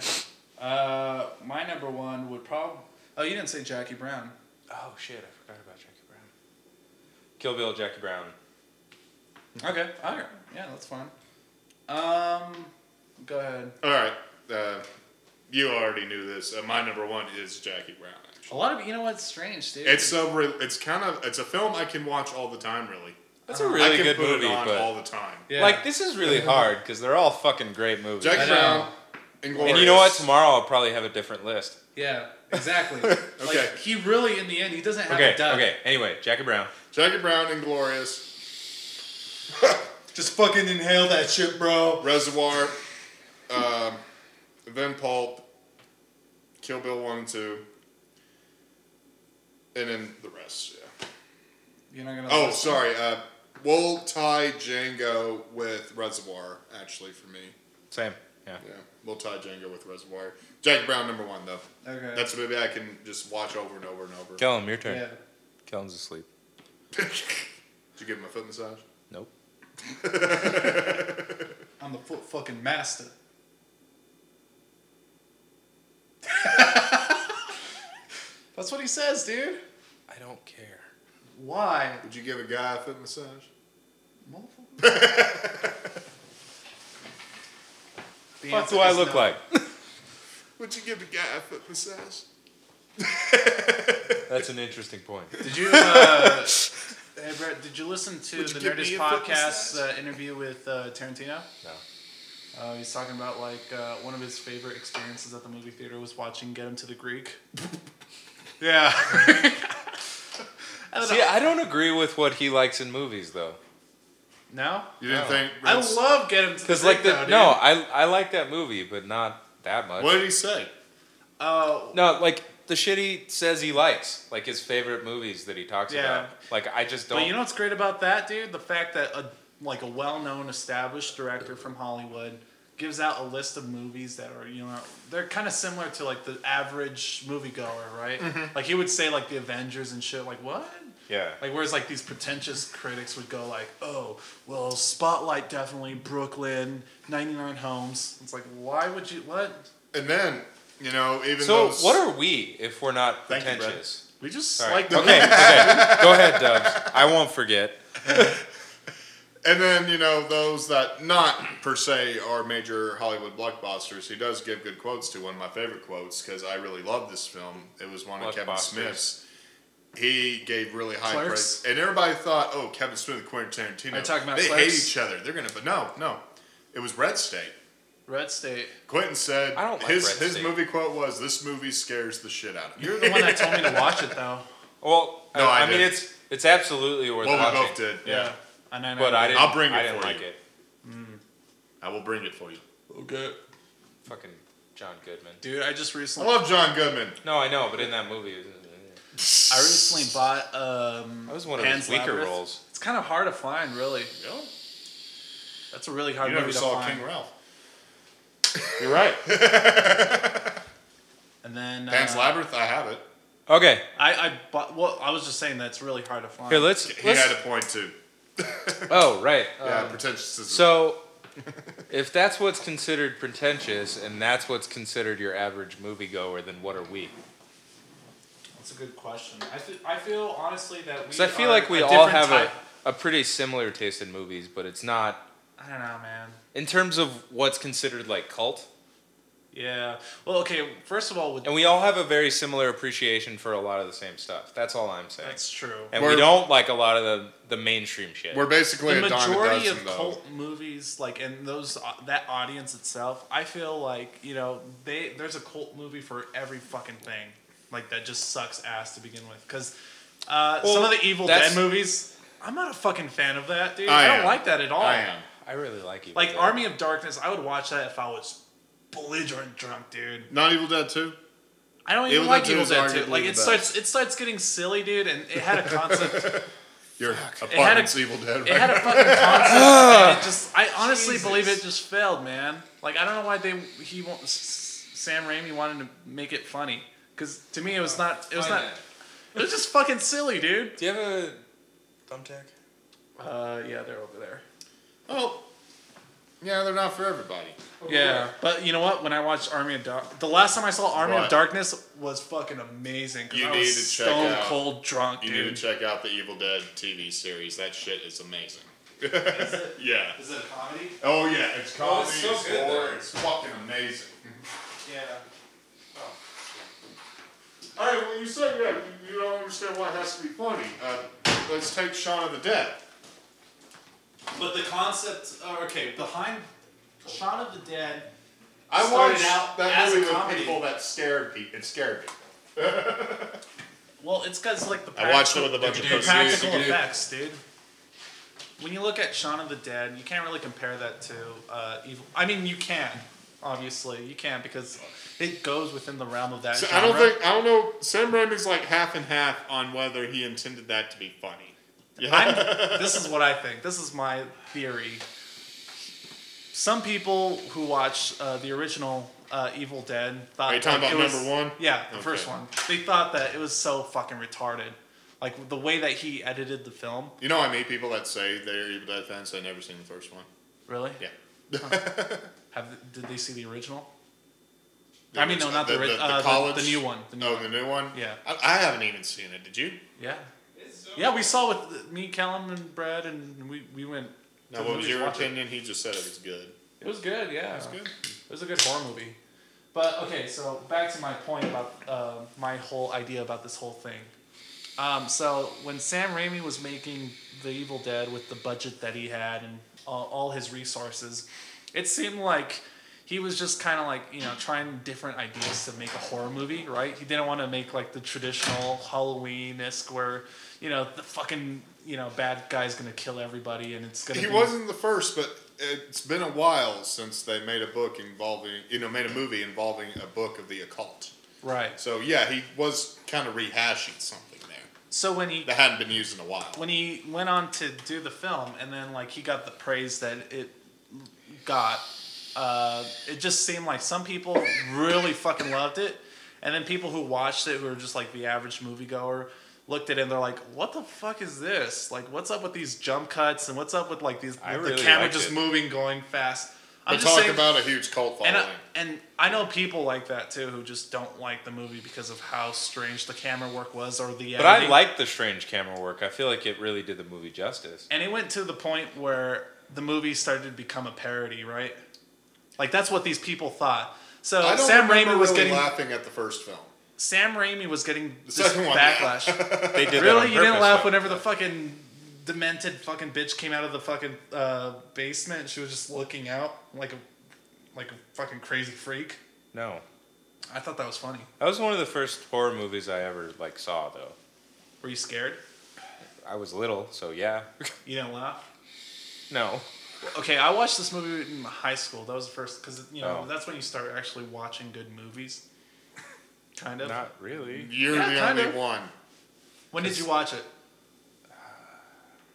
Uh, my number one would probably. Oh, you didn't say Jackie Brown. Oh shit! I forgot about Jackie Brown. Kill Bill, Jackie Brown. Okay. All right. Yeah, that's fine. Um, go ahead. All right, uh, you already knew this. Uh, my number one is Jackie Brown. A Actually, lot of you know what's strange, dude. it's a re- it's kind of it's a film I can watch all the time. Really, That's a Uh-huh. I really can good put movie, it on but all the time. yeah. like this is really hard because they're all fucking great movies. Jackie I know. Brown, and and you know what? Tomorrow I'll probably have a different list. yeah, exactly. okay. Like, he really, in the end, he doesn't have Okay. it done. Okay. Anyway, Jackie Brown. Jackie Brown, Inglorious, Just fucking inhale that shit, bro. Reservoir, um, then Pulp, Kill Bill one and two, and then the rest. Yeah. You're not gonna. Oh, sorry. Uh, we'll tie Django with Reservoir, actually, for me. Same. Yeah. Yeah, we'll tie Django with Reservoir. Jackie Brown, number one, though. Okay. That's a movie I can just watch over and over and over. Kellum, your turn. yeah. Kellum's asleep. Did you give him a foot massage? Nope. I'm the foot fucking master. That's what he says, dude. I don't care. Why? Would you give a guy a foot massage? Motherfucker. The What answer do I is look no. like? Would you give a guy a foot massage? That's an interesting point. Did you, uh, hey, Brett, did you listen to Would you the give me Nerdist a foot podcast massage? uh, interview with uh, Tarantino? No. Uh, he's talking about like uh, one of his favorite experiences at the movie theater was watching Get Him to the Greek. yeah. I don't See, know. I don't agree with what he likes in movies, though. No? You didn't No. think? I Rince- love Get Him to the Greek. Because like the though, dude. no, I I like that movie, but not that much. What did he say? Oh, No, like the shit he says he likes, like his favorite movies that he talks Yeah. about. Like I just don't. but you know what's great about that, dude? The fact that a like a well-known, established director from Hollywood gives out a list of movies that are you know they're kind of similar Mm-hmm. to like the average moviegoer, right? Like he would say like the Avengers and shit. Like what? Yeah. Like whereas like these pretentious critics would go like, oh, well, Spotlight definitely Brooklyn, 99 Homes. It's like, why would you what? And then, you know, even So those, what are we if we're not Thank you, Brad. pretentious? We just All like right. Okay. Okay. Go ahead, Dubs. I won't forget. and then you know those that not per se are major Hollywood blockbusters. He does give good quotes to one of my favorite quotes because I really love this film. It was one of Kevin Blockbusters. Smith's. He gave really high Clerks? praise, and everybody thought, "Oh, Kevin Smith and Quentin Tarantino." Are you talking about they hate Clerks? each other. They're gonna, but no, no, it was Red State. Red State. Quentin said I don't like his Red his State. movie quote was, "This movie scares the shit out of me." You're the one that told me to watch it though. Well, No, I, I I mean did. it's it's absolutely worth well, watching. we both did. Yeah. And I know But I didn't. I'll bring it I didn't for like you. it. I will bring it for you. Okay. Fucking John Goodman. Dude, I just I recently love John Goodman. No, I know, but in that movie, I recently bought um that was one of Pan's his weaker Labyrinth. roles. It's kind of hard to find, really. Yeah. That's a really hard You movie never to saw find. King Ralph. You're right. And then Pan's uh, Labyrinth. I have it. Okay, I I bought. Well, I was just saying that's really hard to find. here let's. He let's had a point too. oh right. Yeah, Um, pretentious. is- so, if that's what's considered pretentious, and that's what's considered your average moviegoer, then what are we? That's a good question. I, fe- I feel honestly that we. Because I feel are like we a all different have a, type. a pretty similar taste in movies, but it's not I don't know, man. in terms of what's considered like cult. Yeah. Well, okay. First of all, with And we all have a very similar appreciation for a lot of the same stuff. That's all I'm saying. that's true. and we We're- don't like a lot of the, the mainstream shit. We're basically The a dime a majority dozen, of though. cult movies, like and those uh, that audience itself, I feel like you know they there's a cult movie for every fucking thing, like that just sucks ass to begin with. Because uh, Well, some of the Evil that's- Dead movies, I'm not a fucking fan of that, dude. I I, don't am. like that at all. I am. I really like you. Like Army of Darkness, I would watch that if I was belligerent drunk, dude. Not Evil Dead 2? I don't even Evil like Dead 2 Evil is Dead 2. arguably Like the it starts it starts getting silly, dude, and it had a concept Your It had apartment's a- Evil Dead, right? it had a fucking concept. and it just I honestly believe it just failed, man. Like I don't know why they he wa- S- Sam Raimi wanted to make it funny cuz to me it was not it was not it was just fucking silly, dude. Do you have a thumbtack? Uh yeah, they're over there. oh. Yeah, they're not for everybody. Yeah, but you know what? When I watched Army of Dark, the last time I saw Army What? of Darkness was fucking amazing. 'cause You I need was to check stone out- cold drunk, You dude. need to check out the Evil Dead TV series. That shit is amazing. yeah. Is it a comedy? Oh, yeah. It's comedy. it's so it's good, horror. though. It's fucking amazing. Yeah. All right, well, you said yeah, you- you don't understand why it has to be funny. Uh, let's take Shaun of the Dead. But the concept, uh, okay, behind Shot of the Dead. I Started watched out that as a movie with comedy. people that scared people. It scared me. Well, it's because like the I watched it with a bunch of the pussies. practical effects, dude. When you look at Shaun of the Dead, you can't really compare that to uh, Evil. I mean, you can, obviously, you can because it goes within the realm of that. So I genre. don't think I don't know. Sam Raimi's like half and half on whether he intended that to be funny. I'm, this is what I think. This is my theory. Some people who watch uh, the original uh, Evil Dead thought Are you talking like, about it was- number one? Yeah, the Okay. first one. They thought that it was so fucking retarded, like the way that he edited the film. You know, I meet people that say they're Evil Dead fans. They never seen the first one. Really? Yeah. Have did they see the original? The I mean, no, original- not the, ri- uh, college- the, new one. The new oh, one. the new one. Yeah. I, I haven't even seen it. Did you? Yeah. Yeah, we saw with me, Callum, and Brad, and we, we went. No. to the What was movies your to watch it. opinion? He just said it was good. It was good, yeah. It was good. It was a good horror movie. But okay, so back to my point about uh, my whole idea about this whole thing. Um, so when Sam Raimi was making The Evil Dead with the budget that he had and all, all his resources, it seemed like he was just kind of like you know trying different ideas to make a horror movie, right? He didn't want to make like the traditional Halloween esque where you know the fucking you know bad guy's gonna kill everybody and it's gonna He be wasn't the first, but it's been a while since they made a book involving, you know, made a movie involving a book of the occult. right. So yeah, he was kind of rehashing something there So when he that hadn't been used in a while. when he went on to do the film and then like he got the praise that it got uh, it just seemed like some people really fucking loved it and then people who watched it who were just like the average moviegoer looked at it and they're like, "What the fuck is this? Like, what's up with these jump cuts and what's up with like these I the really camera liked just it. moving, going fast?" I'm But just talk saying, about a huge cult following. and I, and I know people like that too who just don't like the movie because of how strange the camera work was or the. But I editing. like the strange camera work. I feel like it really did the movie justice. And it went to the point where the movie started to become a parody, right? Like that's what these people thought. So I don't Sam remember Raimi was really getting laughing at the first film. Sam Raimi was getting this second one, yeah. backlash. They did that on really, you didn't purpose, laugh though. whenever the fucking demented fucking bitch came out of the fucking uh, basement. and She was just looking out like a like a fucking crazy freak. No, I thought that was funny. that was one of the first horror movies I ever like saw. Though Were you scared? I was little, so yeah. You didn't laugh. no, Okay, I watched this movie in high school. That was the first because you know Oh. that's when you start actually watching good movies. kind of. not really. You're Yeah, the only kinda. one. when did you watch it?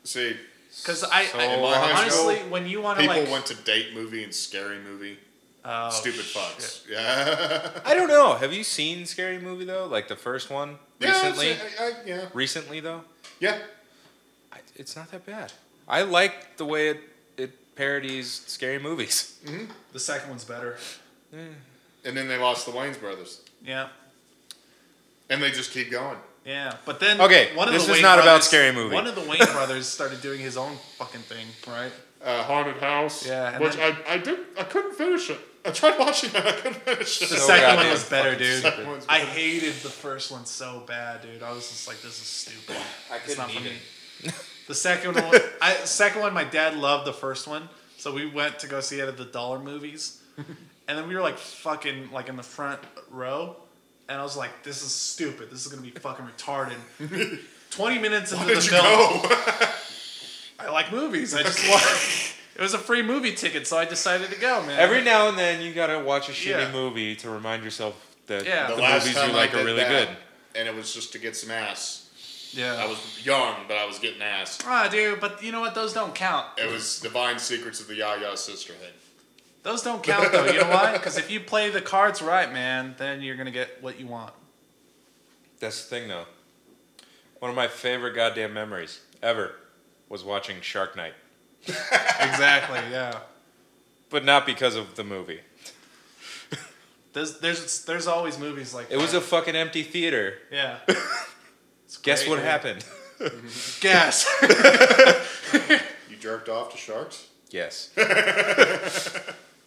See, Because I, So uh, I- my high honestly, school, when you want to people like, went to date movie and scary movie. oh, Stupid shit. fucks. Yeah. I don't know. Have you seen Scary Movie though? Like the first one recently? Yeah. it's- I- I- yeah. recently though, Yeah. I, it's not that bad. I like the way it it parodies scary movies. The second one's better. And then they lost the Waynes brothers, Yeah, and they just keep going. yeah. But then Okay, one of this the is Wayne not about brothers- Scary Movie. One of the Wayne brothers started doing his own fucking thing, right? Uh, haunted house. Yeah, and Which then- I, I did I couldn't finish it. I tried watching it. I couldn't finish it. The So second one goddamn was better, fucking dude. stupid. One's I better. hated the first one so bad, dude. I was just like, this is stupid. I It's couldn't not for even. me. The second one, I second one, my dad loved the first one, so we went to go see it at the dollar movies, and then we were like fucking like in the front row, and I was like, this is stupid. This is gonna be fucking retarded. Twenty minutes into the Did you film, go? I like movies. I just like. It was a free movie ticket, so I decided to go, man. Every now and then, you gotta watch a shitty Yeah. movie to remind yourself that Yeah. the, The movies you like did are really that, good. and it was just to get some ass. yeah, I was young, but I was getting ass. ah, dude. But you know what? Those don't count. It was Divine Secrets of the Yaya Sisterhood. Those don't count though. You know why? Because if you play the cards right, man, then you're gonna get what you want. That's the thing, though. One of my favorite goddamn memories ever was watching Shark Night, Exactly. Yeah. but not because of the movie. There's there's there's always movies like It was a fucking empty theater. yeah. Guess great, what dude. happened? Gas. You jerked off to sharks? Yes,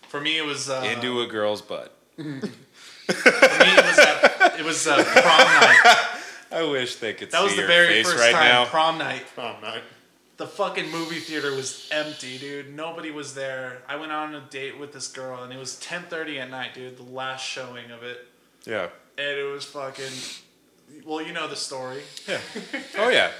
For me, it was uh, into a girl's butt. For me, it was uh, it was uh, prom night. I wish they could That see was the your very face first right time now. prom night. Oh, no. The fucking movie theater was empty, dude. Nobody was there. I went on a date with this girl, and it was 10:30 at night, dude. The last showing of it, yeah. and it was fucking. Well, you know the story. Oh yeah.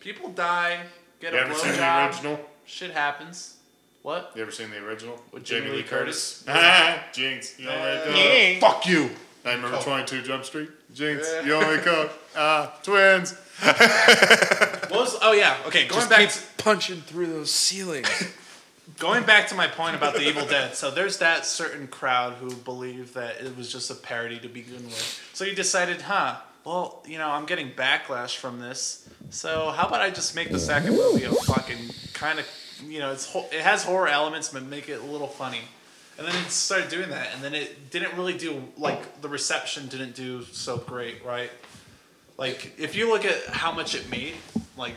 People die, get You a ever seen the blowjob, original? shit happens. What? You ever seen the original? With Jamie Lee Ah, Jinx. You Yeah. only cook. Fuck you. Nightmare on 22 Jump Street. Jinx. You only cook. Ah, twins. What was? Oh yeah. Okay, going Just back. keeps punching through those ceilings. Going back to my point about the Evil Dead, so there's that certain crowd who believe that it was just a parody to begin with. So you decided, huh? Well, you know, I'm getting backlash from this, so how about I just make the second movie a fucking kind of, you know, it's ho- it has horror elements, but make it a little funny. And then it started doing that, and then it didn't really do like the reception didn't do so great, right? Like if you look at how much it made, like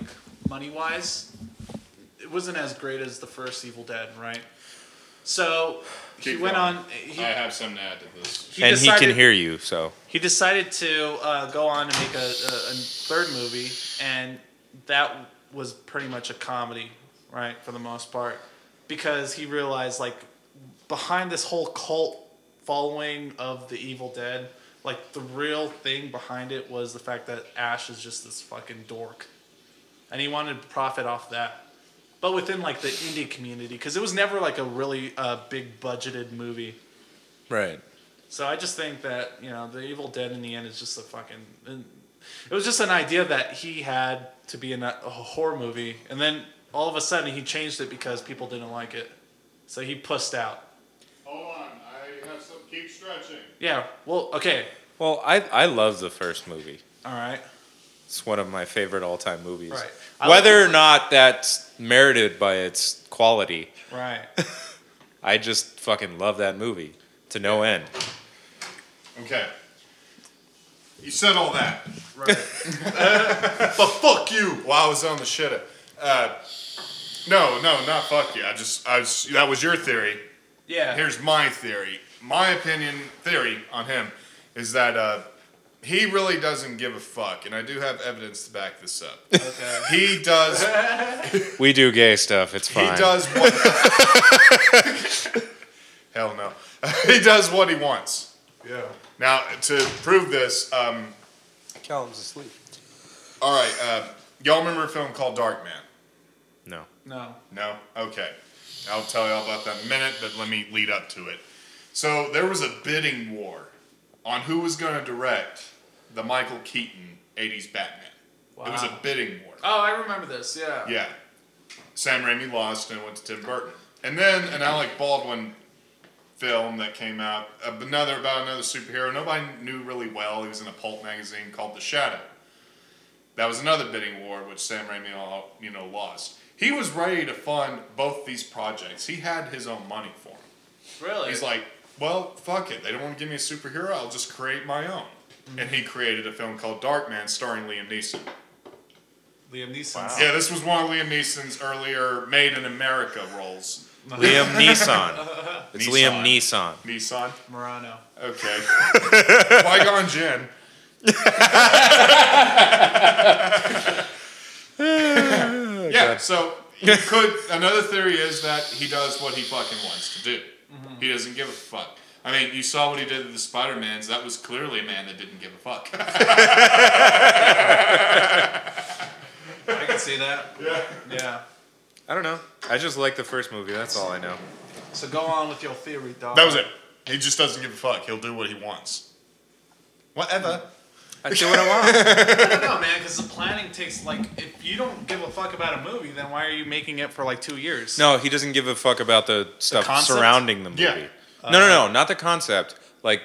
money wise, it wasn't as great as the first Evil Dead, right? So he Keep went going. on. He, I have something to add to this. he decided, you, so He decided to uh, go on and make a, a, a third movie, and that was pretty much a comedy, right, for the most part, because he realized like behind this whole cult following of the Evil Dead, like the real thing behind it was the fact that Ash is just this fucking dork, and he wanted to profit off that. But within like the indie community, because it was never like a really uh, big budgeted movie. right. So I just think that you know the Evil Dead in the end is just a fucking. It was just an idea that he had to be in a, a horror movie, and then all of a sudden he changed it because people didn't like it, so he pussed out. Hold on. I have some. Keep stretching. Yeah. Well. Okay. Well, I I love the first movie. All right. It's one of my favorite all-time movies. Right. I like Whether the- or not that's merited by its quality, Right. I just fucking love that movie to no end. Okay. You said all that. right. but fuck you while I was on the shitter. Uh, no, no, not fuck you. I just, I was, that was your theory. Yeah. Here's my theory. My opinion, theory on him is that uh, he really doesn't give a fuck, and I do have evidence to back this up. Okay. he does. We do gay stuff. It's fine. He does what. Hell no. he does what he wants. Yeah. Now, to prove this, um, Callum's asleep. all right, uh, y'all remember a film called Dark Man? No. No. No? Okay. I'll tell y'all about that in a minute, but let me lead up to it. So there was a bidding war on who was going to direct the Michael Keaton 80s Batman. It was a Wow. bidding war. Oh, I remember this. Yeah. Yeah. Sam Raimi lost and it went to Tim Burton. And then an Alec Baldwin film that came out, ab- another about another superhero nobody knew really well. He was in a pulp magazine called The Shadow. That was another bidding war which Sam Raimi all- you know lost. He was ready to fund both these projects. He had his own money for them. Really? He's like, well, fuck it. They don't want to give me a superhero. I'll just create my own. And he created a film called Dark Man starring Liam Neeson. Liam Neeson's Yeah, this was one of Liam Neeson's earlier Made in America roles. Liam Neeson. It's Liam Nissan. Neeson. Nissan? Murano. Okay. Bygone Jen. yeah, so you could. Another theory is that he does what he fucking wants to do. He doesn't give a fuck. I mean, you saw what he did to the Spider Mans. That was clearly a man that didn't give a fuck. I can see that. yeah. Yeah. I don't know. I just like the first movie. That's all I know. So go on with your theory, dog. That was it. He just doesn't give a fuck. He'll do what he wants. Whatever. I do what I want. I don't know, man, because the planning takes like if you don't give a fuck about a movie, then why are you making it for like two years? no, he doesn't give a fuck about the stuff concept? Uh, surrounding the movie. Yeah. no, no, no, not the concept. Like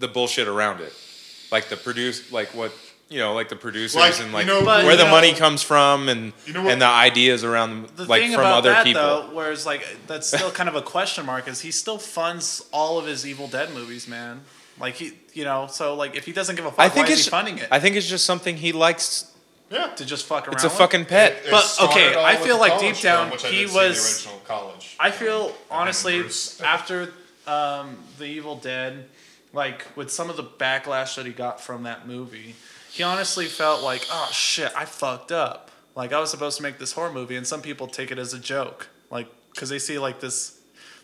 the bullshit around it. Like the produce. Like what you know. Like the producers Like, and you like know- But, where you the know- money comes from and You know what- and the ideas around The like thing from about other that people. though, whereas like that's still kind of a question mark, is he still funds all of his Evil Dead movies, man. Like he, you know, so like if he doesn't give a fuck, I think why it's is he funding it? I think it's just something he likes. Yeah. to just fuck around. It's a with? fucking pet. It But, started okay, all I with feel the like college deep down, film, which I he did see the was- original college. I feel honestly Bruce. after um, the Evil Dead, like with some of the backlash that he got from that movie, he honestly felt like, oh shit, I fucked up. Like I was supposed to make this horror movie, and some people take it as a joke, like because they see like this,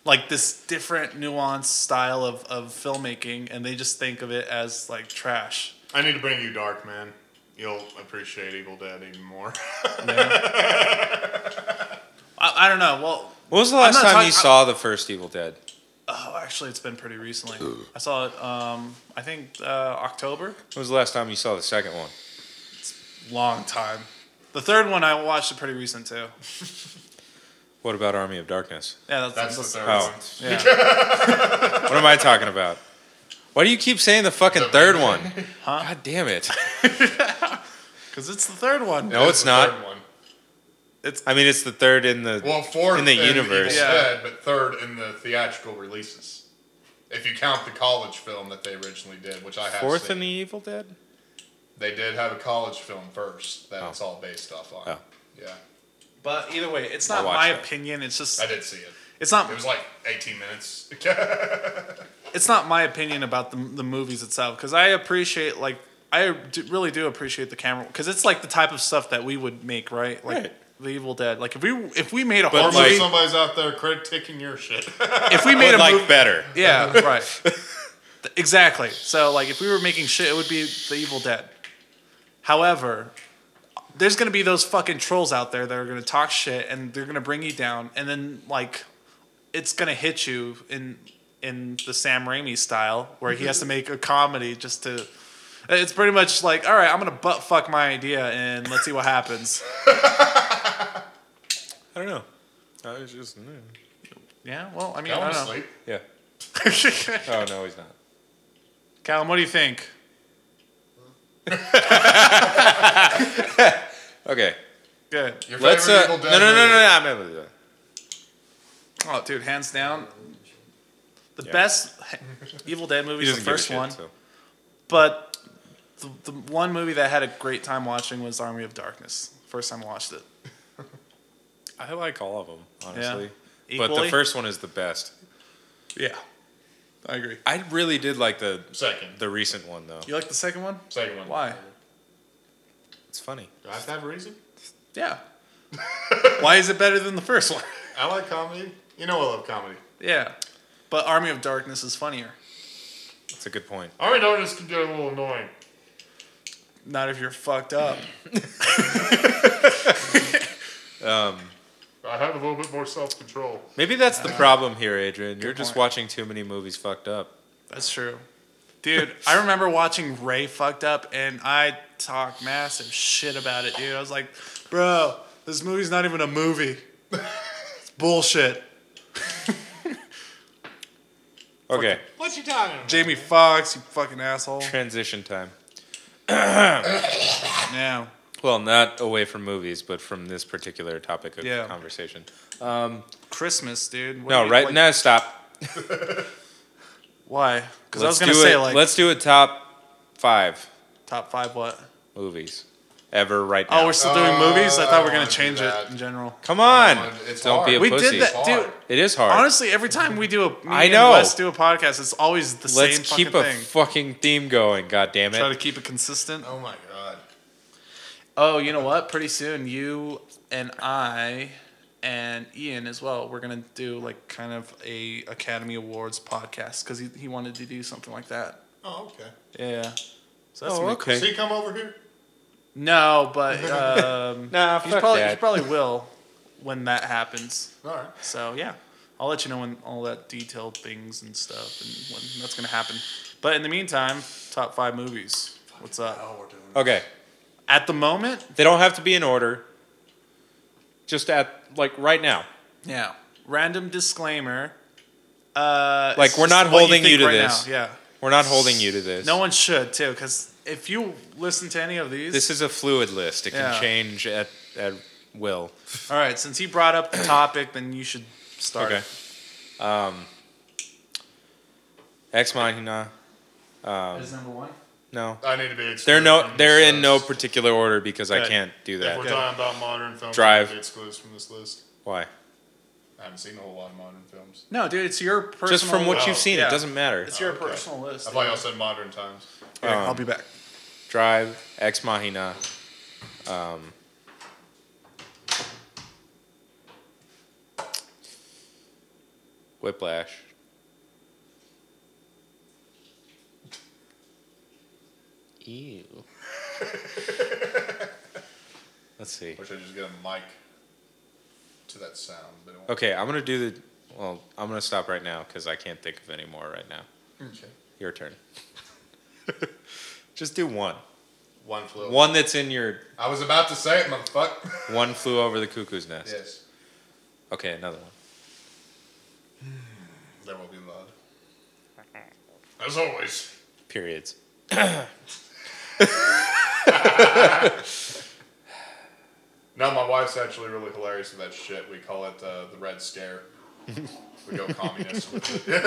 like this different nuanced style of of filmmaking, and they just think of it as like trash. I need to bring you Dark Man. You'll appreciate Evil Dead even more. I, I don't know. Well, When was the I'm last not time talking- you saw the first Evil Dead? oh, actually, it's been pretty recently. I saw it. Um, I think uh, October. When was the last time you saw the second one? long time. The third one I watched it pretty recent too. What about Army of Darkness? Yeah, that's, That's the that's- Oh. third one. yeah. What am I talking about? Why do you keep saying the fucking third one? Huh? God damn it. Because it's the third one. No, it's The not. third one. I mean, it's the third in the. Well, fourth In the Evil universe. Yeah. Dead, but third in the theatrical releases. If you count the college film that they originally did, which I have fourth seen. in the Evil Dead? they did have a college film first that it's all based off on. Oh. Yeah, But either way, it's not watched my that. opinion. It's just I did see it. it's not It was like 18 minutes. it's not my opinion about the the movies itself. Because I appreciate like I do, really do appreciate the camera because it's like the type of stuff that we would make, right? Like Right. The Evil Dead. Like if we if we made a But, horror Or like- maybe movie, somebody's out there critiquing your shit. if we made But a like movie, better. yeah, right, exactly. So like if we were making shit, it would be The Evil Dead. However, there's gonna be those fucking trolls out there that are gonna talk shit and they're gonna bring you down, and then like, it's gonna hit you in in the Sam Raimi style where he has to make a comedy just to. It's pretty much like, all right, I'm gonna butt fuck my idea and let's see what happens. I don't know. I was just. mm, Yeah, well, I mean, I'm I don't asleep. Yeah. know. Oh, no, he's not. Callum, what do you think? Okay. Good. Your Let's. favorite Uh, no, Evil no, no, Dead no, no, movie. no. I'm able to do that. Oh, dude, hands down, the Yeah. best Evil Dead movie He is the doesn't give a first shit. one. So. But the, the one movie that I had a great time watching was Army of Darkness. First time I watched it. I like all of them, honestly. But the Equally? first one is the best. Yeah, I agree. I really did like the Second. the recent one though. You like the second one? Second one. Why? It's funny. Do I have to have a reason? Yeah. Why is it better than the first one? I like comedy. You know I love comedy. Yeah. But Army of Darkness is funnier. It's a good point. Army Darkness can get a little annoying. Not if you're fucked up. I have a little bit more self control. Maybe that's the problem here, Adrian. You're just watching too many movies fucked up. That's true. Dude, I remember watching Ray fucked up and I talked massive shit about it, dude. I was like, bro, this movie's not even a movie. It's bullshit. Okay. What you talking about? Jamie Foxx, you fucking asshole. Transition time. Now, Well, not away from movies, but from this particular topic of Yeah. conversation. Christmas, dude. What do No, you- right? like- No, stop. Why? Because I Let's was going to do say, it- like, let's do a top five top five what? movies ever right now. Oh, we're still Uh, doing movies? I thought we were I going wanna to do change that. it in general. Come on, It's don't be a hard. We pussy. did that, dude. Hard. It is hard. Honestly, every time we do a me I and know. Wes do a podcast, it's always the Let's same keep fucking a thing. fucking theme going. God damn it. Try to keep it consistent. Oh my god. Oh, you know what? Pretty soon, you and I and Ian as well. We're gonna do like kind of a Academy Awards podcast because he, he wanted to do something like that. Oh, okay. Yeah. So that's oh, gonna be okay. So you come over here? cool. No, oh, but um, Nah, he's fuck probably he that. probably will when that happens. Alright. So yeah, I'll let you know when all that detailed things and stuff and when that's gonna happen. But in the meantime, top five movies. What's up? Oh, we're doing Okay. At the moment, They don't have to be in order. Just at like right now. Yeah. Random disclaimer. Uh, Like, it's we're just not what holding think you to right this. Now. Yeah. We're not holding you to this. No one should too, because if you listen to any of these, This is a fluid list. It can Yeah. change at at will. all right. Since he brought up the topic, then you should start. Okay. Um, Ex Machina. Is number one. No, I need to be excluded. they're no. from They're this in no list. particular order because I Good. can't do If we're that. talking about modern films, Drive. I need to be excluded from this list. Why? I haven't seen a whole lot of modern films. No, dude, it's your personal. Just from what Oh, you've seen, yeah. it doesn't matter. It's your Okay. personal list. I thought y'all dude. said modern times. Yeah, I'll um, be back. Drive, Ex Machina. Um, Whiplash. Ew. Let's see. Wish I just get a mic to that sound. But it won't. Okay, I'm gonna do the. Well, I'm gonna stop right now because I can't think of any more right now. Okay. Your turn. Just do one. One flew. One that's in your I was about to say it, motherfucker. one flew over the cuckoo's nest. yes. Okay, another one. There will be blood. As always. Periods. No, my wife's actually really hilarious with that shit. We call it uh, the Red Scare. we go communist with it.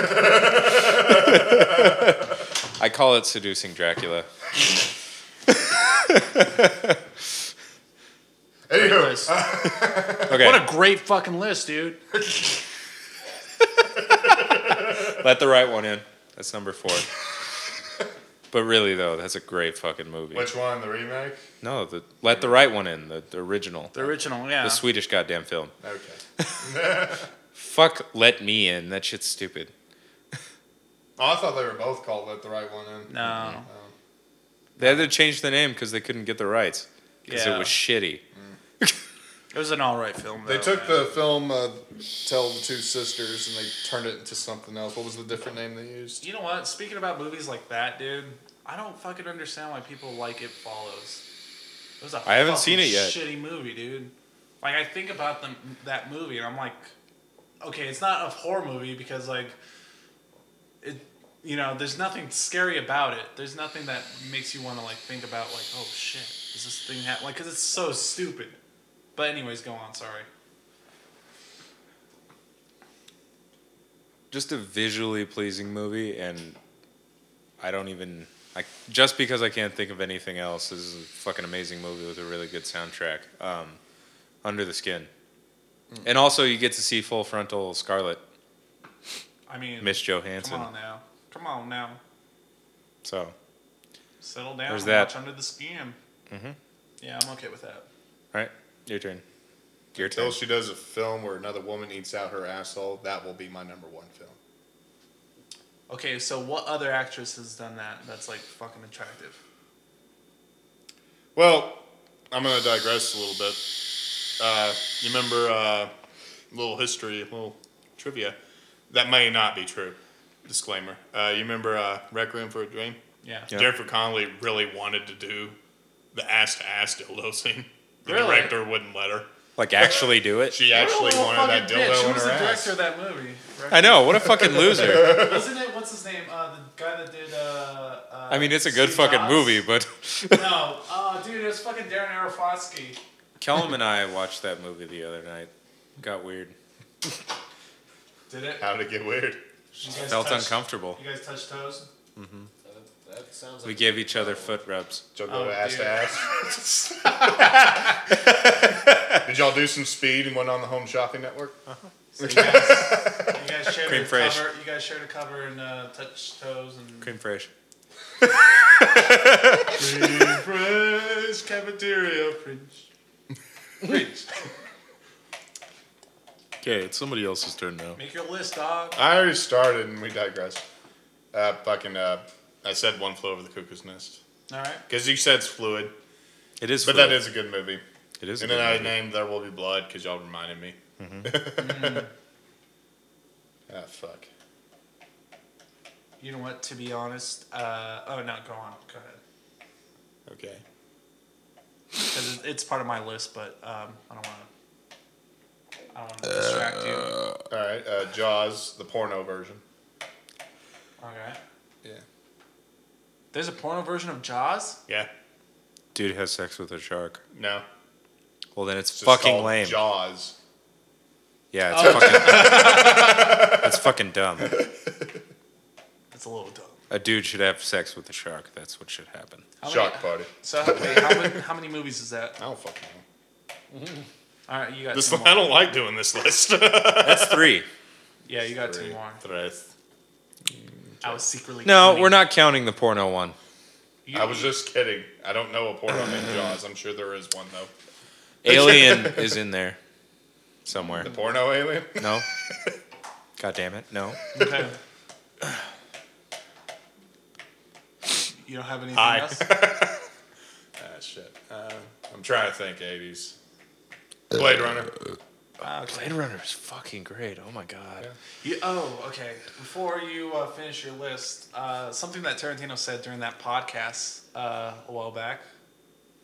I call it seducing Dracula. Anywho, uh, Okay, What a Um, great fucking list, dude. let the right one in. That's number four. but really though, that's a great fucking movie. which one? The remake? No, the let the right one in. The, the original. The original, yeah. The Swedish goddamn film. Okay. Fuck, let me in. That shit's stupid. Oh, I thought they were both called Let the Right One In. No. They had to change the name because they couldn't get the rights because Yeah. it was shitty. It was an all right film. They though, took man. the film uh, Tell the Two Sisters and they turned it into something else. What was the different name they used? You know what? Speaking about movies like that, dude, I don't fucking understand why people like It Follows. It was a I haven't fucking seen it yet. Shitty movie, dude. Like I think about them that movie and I'm like, okay, it's not a horror movie because like, it you know, there's nothing scary about it. There's nothing that makes you want to like think about like, oh shit, is this thing happening? Like, cause it's so stupid. But anyways, go on. Sorry. just a visually pleasing movie and i don't even I, just because i can't think of anything else this is a fucking amazing movie with a really good soundtrack um, under the skin Hmm. and also you get to see full frontal scarlet I mean, miss come johansson on now, come on now, so settle down. There's and that. Watch under the skin. Mm-hmm. Mhm. Yeah, I'm okay with that. all right your turn your turn Until she does a film where another woman eats out her asshole, that will be my number one film. Okay, so what other actress has done that? That's like fucking attractive. Well, I'm going to digress a little bit. Uh, you remember uh, little history, little trivia. That may not be true. Disclaimer. Uh, you remember uh, Rec Room for a Dream? Yeah. Yeah. Jennifer Connelly really wanted to do the ass to ass dildo scene. The Really? director wouldn't let her. like actually do it She actually What a wanted that fucking dildo bitch. Who in was her the ass. director of that movie? i know what a fucking loser Wasn't it what's his name? Uh, the guy that did. Uh, uh, i mean it's a good Steve fucking Jobs? movie but No, oh dude, it was fucking Darren Aronofsky. Callum and i watched that movie the other night got weird Did it? How did it get weird? You guys felt touched- uncomfortable You guys touched toes. That, that sounds we like gave each other foot rubs Y'all Oh, go ass dear. to ass. Did y'all do some speed and went on the Home Shopping Network? So you, guys, you guys shared Cream a fresh. cover. You guys shared a cover and uh, touched toes and. cream fresh Fresh cafeteria fridge. Okay, it's somebody else's turn now. Make your list, dog. I already started and we digressed. Uh, fucking, uh, I said one flew over the cuckoo's nest All right. because you said it's fluid, It is, but fluid. that is a good movie. It is. and a then good I movie. named There Will Be Blood because y'all reminded me. Mm-hmm. Mm-hmm. ah, fuck. You know what? To be honest, uh, oh no, go on, go ahead. Okay. because it's part of my list, but um, I don't want to. I don't want Uh, to distract you. All right. Uh, Jaws, the porno version. Okay. Yeah. There's a porno version of Jaws. Yeah. Dude has sex with a shark. No. Well, then it's, It's just fucking called lame. Jaws. yeah, it's fucking. Oh. it's fucking dumb. It's a little dumb. A dude should have sex with a shark. That's what should happen. How Shark Many, Party. so how, wait, how, many, how many movies is that? I don't fucking know. All right, you got This two I more. don't like doing this list. That's three. Yeah, you got two more. I was secretly. No, counting. we're not counting the porno one. You, I was just kidding. I don't know a porno named Jaws. I'm sure there is one though. Alien is in there somewhere. The porno alien? No. God damn it! No. Okay. you don't have anything Hi. else. ah shit. Uh, I'm trying to think. 80s. Blade Runner. Blade Runner is fucking great. Oh my god. You, oh, okay. Before you uh, finish your list, uh, something that Tarantino said during that podcast uh, a while back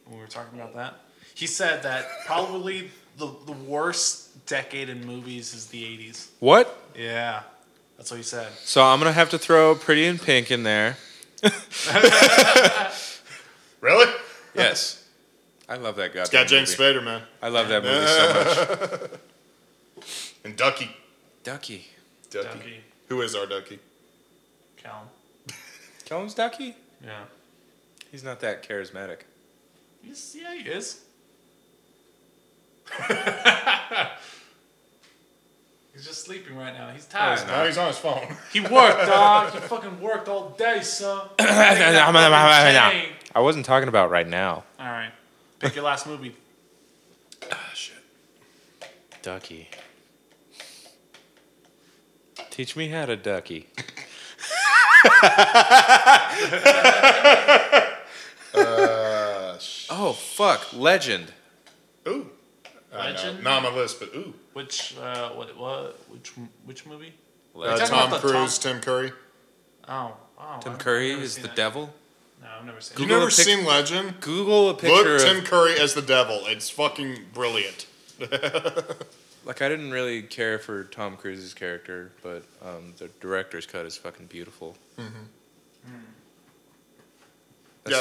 when we were talking about that, he said that probably the, the worst decade in movies is the 80s. What? Yeah. That's what he said. So I'm gonna have to throw Pretty in Pink in there. Really? Yes. I love that goddamn It's got James movie. Spader, man. I love that movie so much. And Ducky. Ducky. Ducky. Ducky, Who is our Ducky? Callum. Callum's Ducky? Yeah. He's not that charismatic. He's, yeah, he is. He's just sleeping right now. He's tired. not. Now he's on his phone. He worked, dog. He fucking worked all day, son. I wasn't talking about right now. All right, pick your last movie. Ducky. Teach me how to ducky. Uh, sh- Oh fuck, legend. ooh. I know. Legend? Not on my list, but ooh. Which uh, what what which which movie? Uh, talking Tom about the Cruise, Tim Curry. Oh, oh Tim I've Curry never is seen the that. devil. No, I've never seen You it. Google never a pic- seen Legend? Google a Look picture Tim of Curry as the devil. It's fucking brilliant. like I didn't really care for Tom Cruise's character, but um, the director's cut is fucking beautiful. yeah,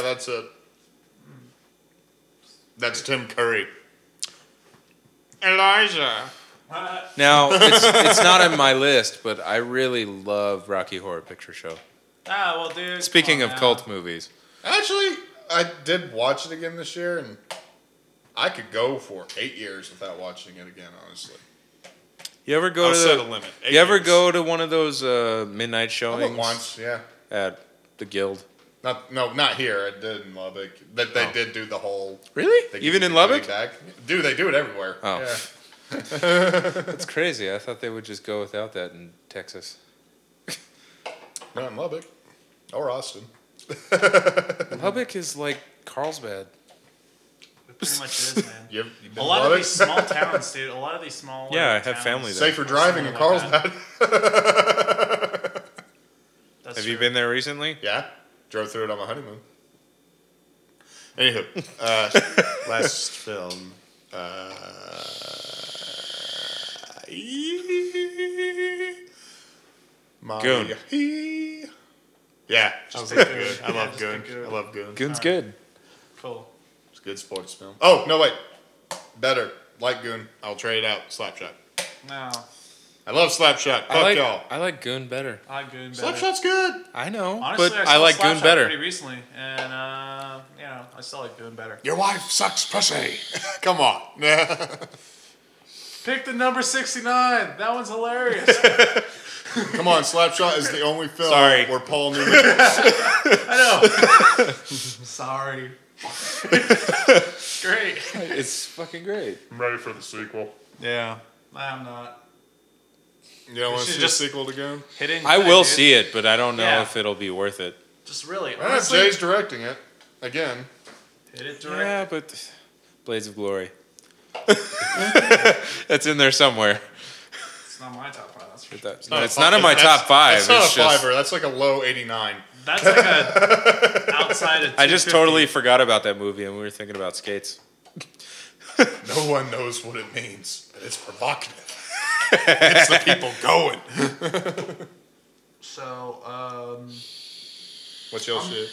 that's it. That's Tim Curry. Elijah. Now it's it's not on my list, but I really love Rocky Horror Picture Show. Ah, well, dude. come Speaking on Oh, of now. cult movies, Actually, I did watch it again this year, and I could go for eight years without watching it again. Honestly, you ever go I'll to set the- a limit. you ever years. go to one of those uh, midnight I showings went once, yeah. at the Guild? Not no, not here. I did in Lubbock, but they did do the whole. Really? they Even give in you the money Lubbock? Back. Dude, they do it everywhere. Oh. Yeah. That's crazy. I thought they would just go without that in Texas. Not in Lubbock or Austin. Mm-hmm. Lubbock is like Carlsbad. It pretty much is, man. You, you been A to lot of Lubbock? these small towns, dude. A lot of these small. like, Yeah, I have towns. family there. Safer driving in Something like Carlsbad. That's Have true. you been there recently? yeah, drove through it on my honeymoon. Anywho, uh, last film. Uh, my- Goon. Yeah, just I pick was like, Goon. I yeah, love just Goon. pick Goon. I love Goon. Goon's good. Cool. It's a good sports film. Oh no, wait, better like Goon. I'll trade out Slapshot. No, I love Slapshot. Fuck I like y'all. I like Goon better. I good. Slapshot's good. I know, Honestly, but I, I, like Goon Goon better. Pretty recently, and uh, you know, I still like Goon better. Your wife sucks pussy. Come on. Pick the number sixty-nine. That one's hilarious. Come on, Slapshot is the only film Sorry. where Paul Newman. I know. Sorry. Great. It's fucking great. I'm ready for the sequel. Yeah. I'm not. You don't want should to see just- a sequel to Goon? Hitting. I will see it, but I don't know Yeah. if it'll be worth it. Just really. Ah, Honestly, Jay's directing it again. hit it direct. Yeah, but Blades of Glory. That's in there somewhere. It's not my top five. That's for sure. That's- no, it's not in my top five. That's not it's a just fiver. That's like a low 89. That's like a outside of. I just 250. totally forgot about that movie, and we were thinking about skates. No one knows what it means, but it's provocative. it's the people going. So um, What's your shit?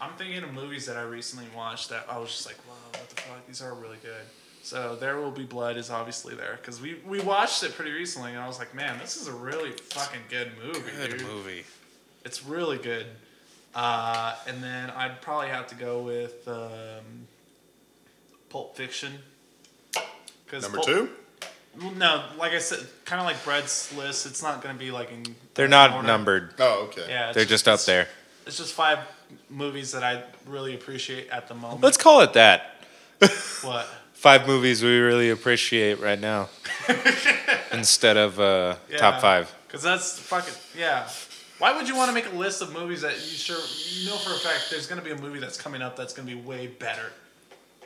I'm thinking of movies that I recently watched that I was just like, wow, what the fuck? These are really good. So There Will Be Blood is obviously there because we we watched it pretty recently, and I was like, man, this is a really fucking good movie, dude. movie. It's really good. Uh, and then I'd probably have to go with um, Pulp Fiction. 'Cause Number Pulp- two? Well, no, like I said, kind of like Brett's list. It's not going to be like in. They're in not order. numbered. Oh, okay. Yeah, it's They're just up there. It's just five movies that I really appreciate at the moment. Let's call it that. what? Five movies we really appreciate right now, instead of uh, top five. Because that's fucking yeah. Why would you want to make a list of movies that you sure you know for a fact there's going to be a movie that's coming up that's going to be way better?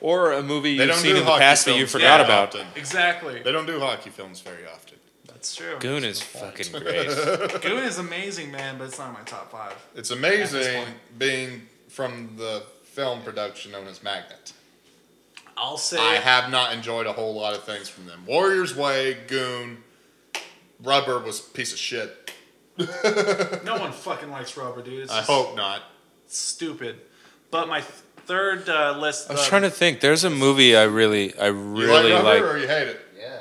Or a movie They you've don't seen do in the hockey past that you films forgot very about. often. Exactly. They don't do hockey films very often. That's true. Goon is fucking great. Goon is amazing, man, but it's not in my top five. It's amazing point. being from the film production known as Magnet. I'll say I have not enjoyed a whole lot of things from them. Warriors Way, Goon, Rubber was a piece of shit. no one fucking likes rubber, dude. It's I just hope not. stupid. But my third uh, list. I was trying to think. There's a movie I really, I You really like like. Rubber or you hate it? Yeah.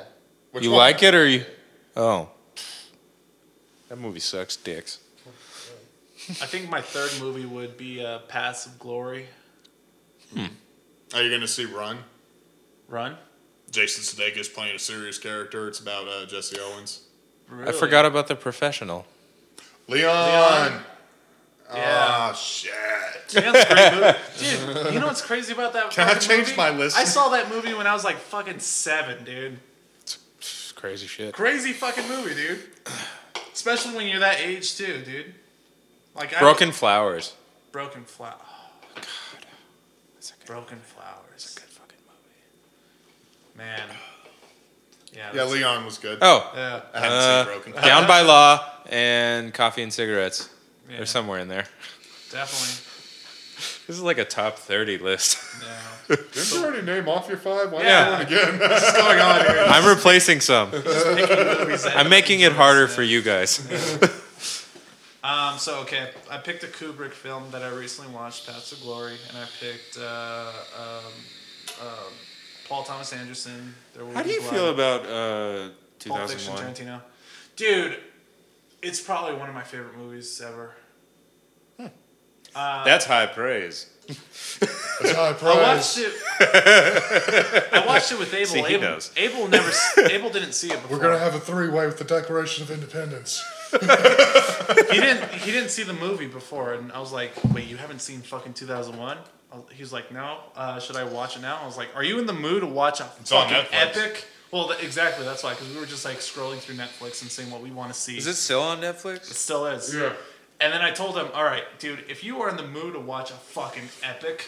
Which You one? like it or you? Oh, that movie sucks, dicks. I think my third movie would be uh, Paths of Glory. Are you going to see Run? Run. Jason Sudeikis playing a serious character. It's about uh, Jesse Owens. Really? I forgot about the professional. Leon. Leon. Ah, Yeah. shit. Damn, it's a great movie. Dude, you know what's crazy about that? Can I fucking change movie? my list? I saw that movie when I was like fucking seven, dude. It's crazy shit. Crazy fucking movie, dude. Especially when you're that age too, dude. Like I- Broken Flowers. broken oh, flower. broken flowers. Man. Yeah. Yeah, that's- Leon was good. Oh, yeah. I haven't uh, seen Broken. Down by Law and Coffee and Cigarettes. yeah, They're somewhere in there. Definitely. This is like a top 30 list. No. Didn't you already name off your five? Why Yeah. not do it again? What's going on here? I'm replacing some. Movies that I'm making it harder for you guys. Um, so okay, I picked a Kubrick film that I recently watched, Paths of Glory, and I picked uh, um, um, Paul Thomas Anderson. There Will How do Be you Blood, feel about uh, Pulp Fiction, 2001? Tarantino? Dude, it's probably one of my favorite movies ever. That's high praise. That's high I prize. watched it. I watched it with Abel. See, he Abel, knows. Abel never. s- Abel didn't see it before. We're gonna have a three-way with the Declaration of Independence. he didn't. He didn't see the movie before, and I was like, "Wait, you haven't seen fucking 2001?" I was- He was like, "No, uh, should I watch it now?" I was like, "Are you in the mood to watch a on fucking Netflix. epic?" Well, th- exactly. That's why, because we were just like scrolling through Netflix and seeing what we want to see. Is it still on It Netflix? still is. Yeah. And then I told him, "All right, dude, if you are in the mood to watch a fucking epic,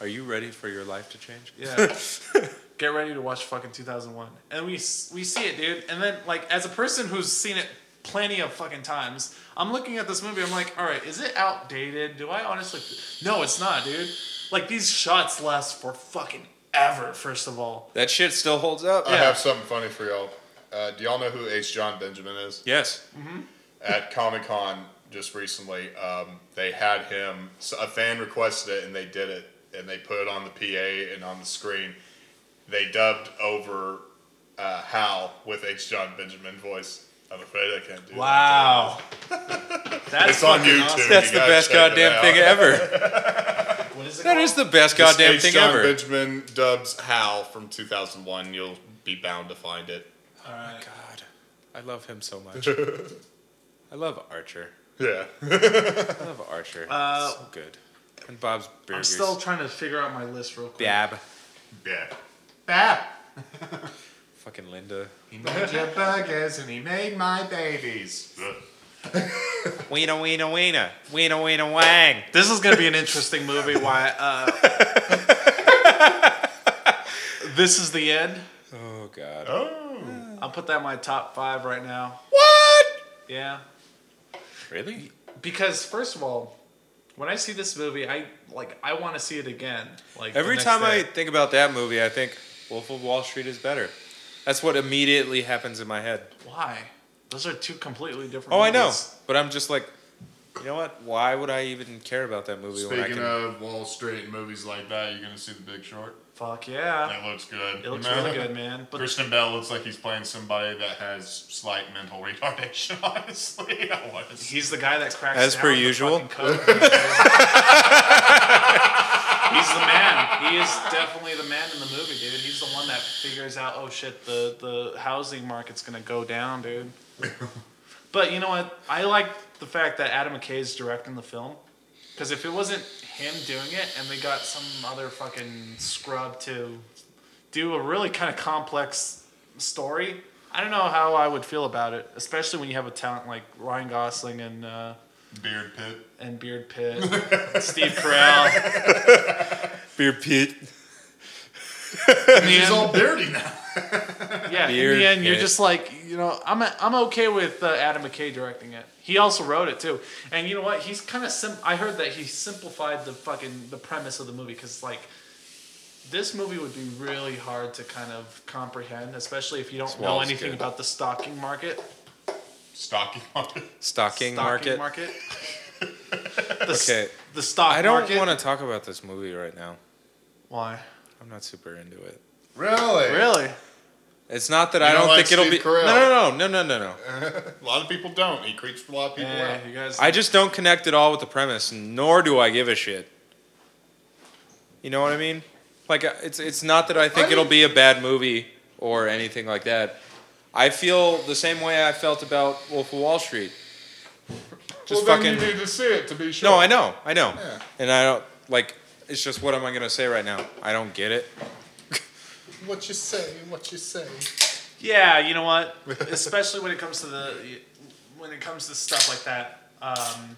Are you ready for your life to change? Yeah. Get ready to watch fucking 2001. And we s- we see it, dude. And then like as a person who's seen it plenty of fucking times, I'm looking at this movie. I'm like, all right, is it outdated? Do I honestly? No, it's not, dude. Like these shots last for fucking ever. First of all, That shit still holds up. I have something funny for y'all. Uh, do y'all know who H. John Benjamin is? Yes. At Comic Con just recently, um, they had him. So a fan requested it, and they did it, and they put it on the PA and on the screen. They dubbed over uh, Hal with H. John Benjamin voice. I'm afraid I can't do. wow. that. That's it's on fucking YouTube. awesome. You That's the gotta best check it goddamn out. thing ever. What is it That called? is the best Just goddamn H. thing John ever. Benjamin dubs Hal from 2001. You'll be bound to find it. All right. God, I love him so much. I love Archer. Yeah. I love Archer. Uh, so good. And Bob's Burgers. I'm still trying to figure out my list real quick. Bab. yeah. Bap. Fucking Linda. He made your burgers and he made my babies. Weena, weena, weena. Weena, weena, wang. This is gonna be an interesting movie. Why? Uh, this is the end. Oh, God. Oh. I'll put that in my top five right now. What? Yeah, Really? because first of all, when I see this movie, I like I want to see it again. Like Every time I think about that movie, I think Wolf of Wall Street is better. That's what immediately happens in my head. I why those are two completely different. Oh, I know. movies. But I'm just like, you know what? Why would I even care about that movie when I Speaking can? of Wall Street and movies like that, you're gonna see The Big Short. Fuck yeah, That looks good. it looks You know? really good, man. But Kristen Bell looks like he's playing somebody that has slight mental retardation. Honestly, I was. he's the guy that cracks. As down per on the usual. fucking coke. He's the man. He is definitely the man in the movie, dude. He's the one that figures out, oh shit, the, the housing market's gonna go down, dude. but you know what? I like the fact that Adam McKay is directing the film. Because if it wasn't him doing it and they got some other fucking scrub to do a really kind of complex story, I don't know how I would feel about it, especially when you have a talent like Ryan Gosling and. Uh, Beard pit. and Beard Pitt, Steve Carell, Beer Pete. and He's all beardy now. Yeah, in Beard the end, you're hit. just like, you know, I'm I'm okay with uh, Adam McKay directing it. He also wrote it too, and you know what? He's kind of sim. I heard that he simplified the fucking the premise of the movie because like, this movie would be really hard to kind of comprehend, especially if you don't know Swallow's anything good. about the stocking market. Stocking market. Stocking, Stocking Market. market. The s- Okay. The stock I don't market. want to talk about this movie right now. Why? I'm not super into it. Really? Really? It's not that I don't don't like think it'll Steve be. Carell. No, no, no, no, no, no, no. A lot of people don't. He creeps a lot of people Eh, out. you guys. I just don't connect at all with the premise, nor do I give a shit. You know what I mean? Like uh, it's it's not that I think I it'll mean- be a bad movie or anything like that. I feel the same way I felt about Wolf of Wall Street. Just well, fucking then you need to see it to be sure. No, I know, I know. Yeah. And I don't like it's just what am I gonna say right now? I don't get it. What you say? What you say? Yeah, you know what? Especially when it comes to the when it comes to stuff like that. Um,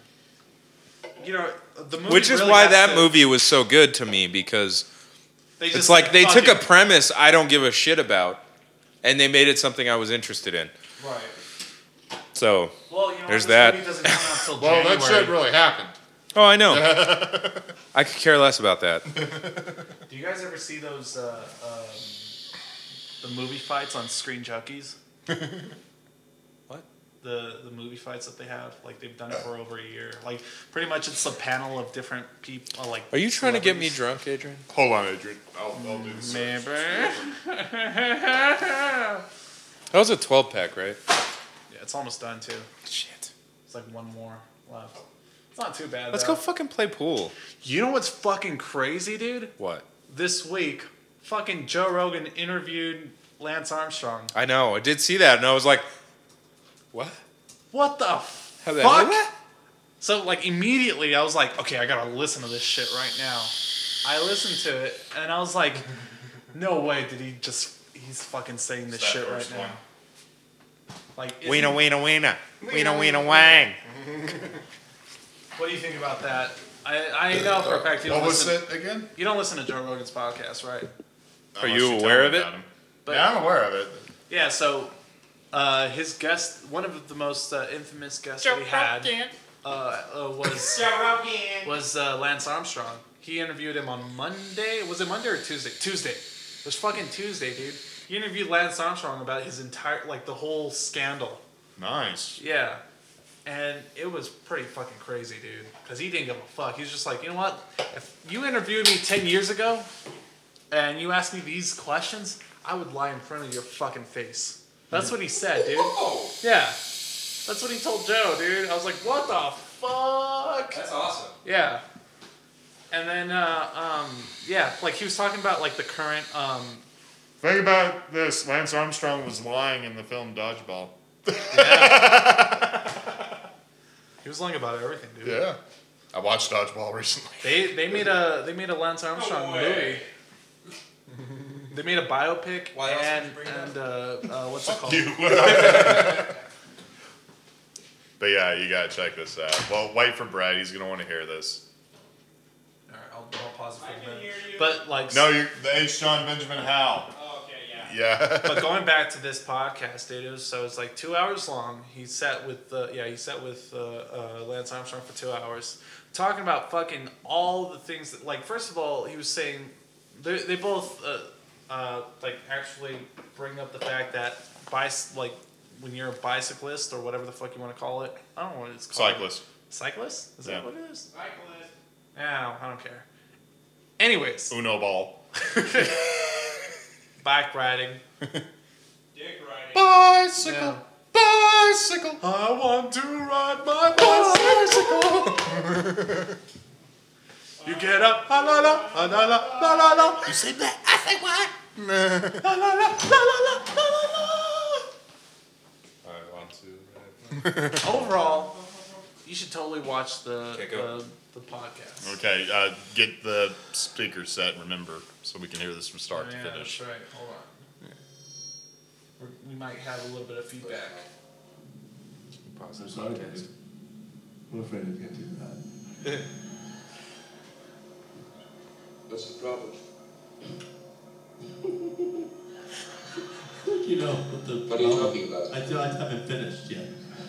you know, the movie Which is really why has that to- movie was so good to me because They it's like they fuck took a it. premise I don't give a shit about and they made it something I was interested in. right. So Well, you know, There's this that. Movie doesn't come out till Well, January. that shit really happened. Oh, I know. I could care less about that. Do you guys ever see those uh, um, the movie fights on Screen Junkies? What? The the movie fights that they have, like they've done it for over a year. Like pretty much, it's a panel of different people. Like, Are you trying to get me drunk, Adrian? Hold on, Adrian. I'll, I'll do this. Maybe. That was a 12 pack, right? Yeah, it's almost done too. Shit. It's like one more left. It's not too bad. Let's though. go fucking play pool. you know what's fucking crazy, dude? What? This week, fucking Joe Rogan interviewed Lance Armstrong. I know. I did see that, and I was like, what? What the How the- fuck? what? So like immediately I was like, okay, I gotta listen to this shit right now. I listened to it and I was like, no way did he just he's fucking saying this That shit right first now. one. Like isn't- Weena, weena, weena. Weena, weena, wang. what do you think about that? I, I know for a fact you don't What was listen it again? you don't listen to Joe Rogan's podcast, right? Unless you tell aware me of it? about him. But- yeah, I'm aware of it. Yeah, so uh, his guest, one of the most uh, infamous guests that he had, uh, uh, was was uh, Lance Armstrong. He interviewed him on Monday. Was it Monday or Tuesday? Tuesday. It was fucking Tuesday, dude. He interviewed Lance Armstrong about his entire, like the whole scandal. Nice. Yeah. And it was pretty fucking crazy, dude. Because he didn't give a fuck. He was just like, you know what? If you interviewed me 10 years ago and you asked me these questions, I would lie in front of your fucking face. That's what he said, dude. Oh, Yeah. That's what he told Joe, dude. I was like, what the fuck? That's awesome. Yeah. And then, uh, um, yeah, like he was talking about like the current, um, think about this. Lance Armstrong was lying in the film Dodgeball. he was lying about everything, dude. Yeah, I watched Dodgeball recently. They they made a they made a Lance Armstrong movie. They made a biopic Why else would you and bring it and uh, uh, what's Oh. it called? but yeah, you gotta check this out. Well, wait for Brad. He's gonna want to hear this. All right, I'll, I'll pause it for a minute. But like, No, you. Hey, Sean Benjamin Howe. Yeah. but going back to this podcast, dude, it was so it's like two hours long. He sat with uh, yeah, he sat with uh, uh, Lance Armstrong for two hours, talking about fucking all the things that like. First of all, he was saying they they both uh, uh, like actually bring up the fact that bice like when you're a bicyclist or whatever the fuck you want to call it. I don't know what it's called. Cyclist. Cyclist? Is Yeah. that what it is? Cyclist. No, I don't care. Anyways, Uno ball. bike riding. Bicycle. Yeah. Bicycle. I want to ride my bicycle. you get up, la la la, la la la, la la la, You say that? I say what? la la la, la la la, la I want to. la la. Overall, you should totally watch the Okay, go. the, the podcast. Okay, uh, get the speaker set. Remember, so we can hear this from start Yeah, to that's finish. right. Hold on. We're- We might have a little bit of feedback. Pause this podcast. I'm afraid I can't do that. That's the problem. you know what the What are you talking about? I, don't- I haven't finished yet.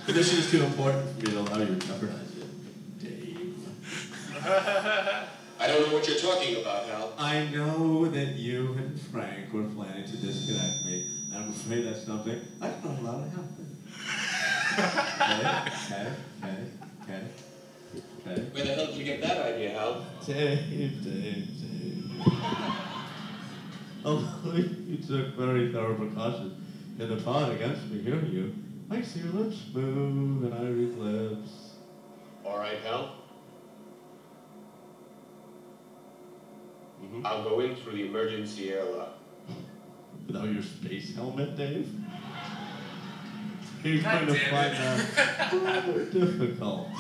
But this is too important for me to allow you to jeopardize it, Dave. I don't know what you're talking about, Hal. I know that you and Frank were planning to disconnect me, and I'm afraid that's something that's not allowed to happen. okay, okay, okay, okay, okay. Where the hell did you get that idea, Hal? Dave, Dave, Dave. Although you took very thorough precautions in the pod against me hearing you, I see your lips move and I read lips. All right, Hal. I'll go in through the emergency airlock. Without your space helmet, Dave? You're God going to damn find that rather difficult. Hal,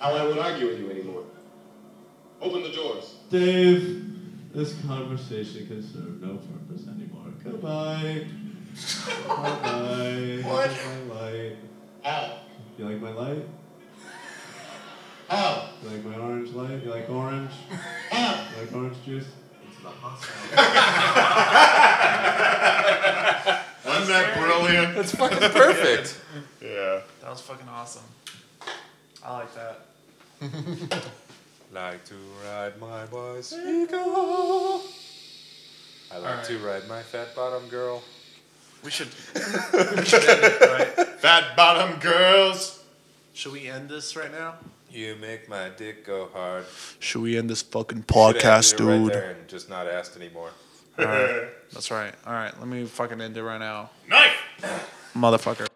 I won't argue with you anymore. Open the doors. Dave, this conversation can serve no purpose anymore. Goodbye. Bye bye. What? My light. Hal. You like my light? Hal. You like my orange light? You like orange? Hal. You like orange juice? Wasn't that brilliant? Perfect. Yeah. That was fucking awesome. I like that. Like to ride my bicycle. I like to ride my fat bottom girl. We should. we should end it, right? Fat bottom girls. Should we end this right now? You make my dick go hard. Should we end this fucking Should have podcast, ended it right dude? there and just not asked anymore. That's right. All right, let me fucking end it right now, Knife. Motherfucker.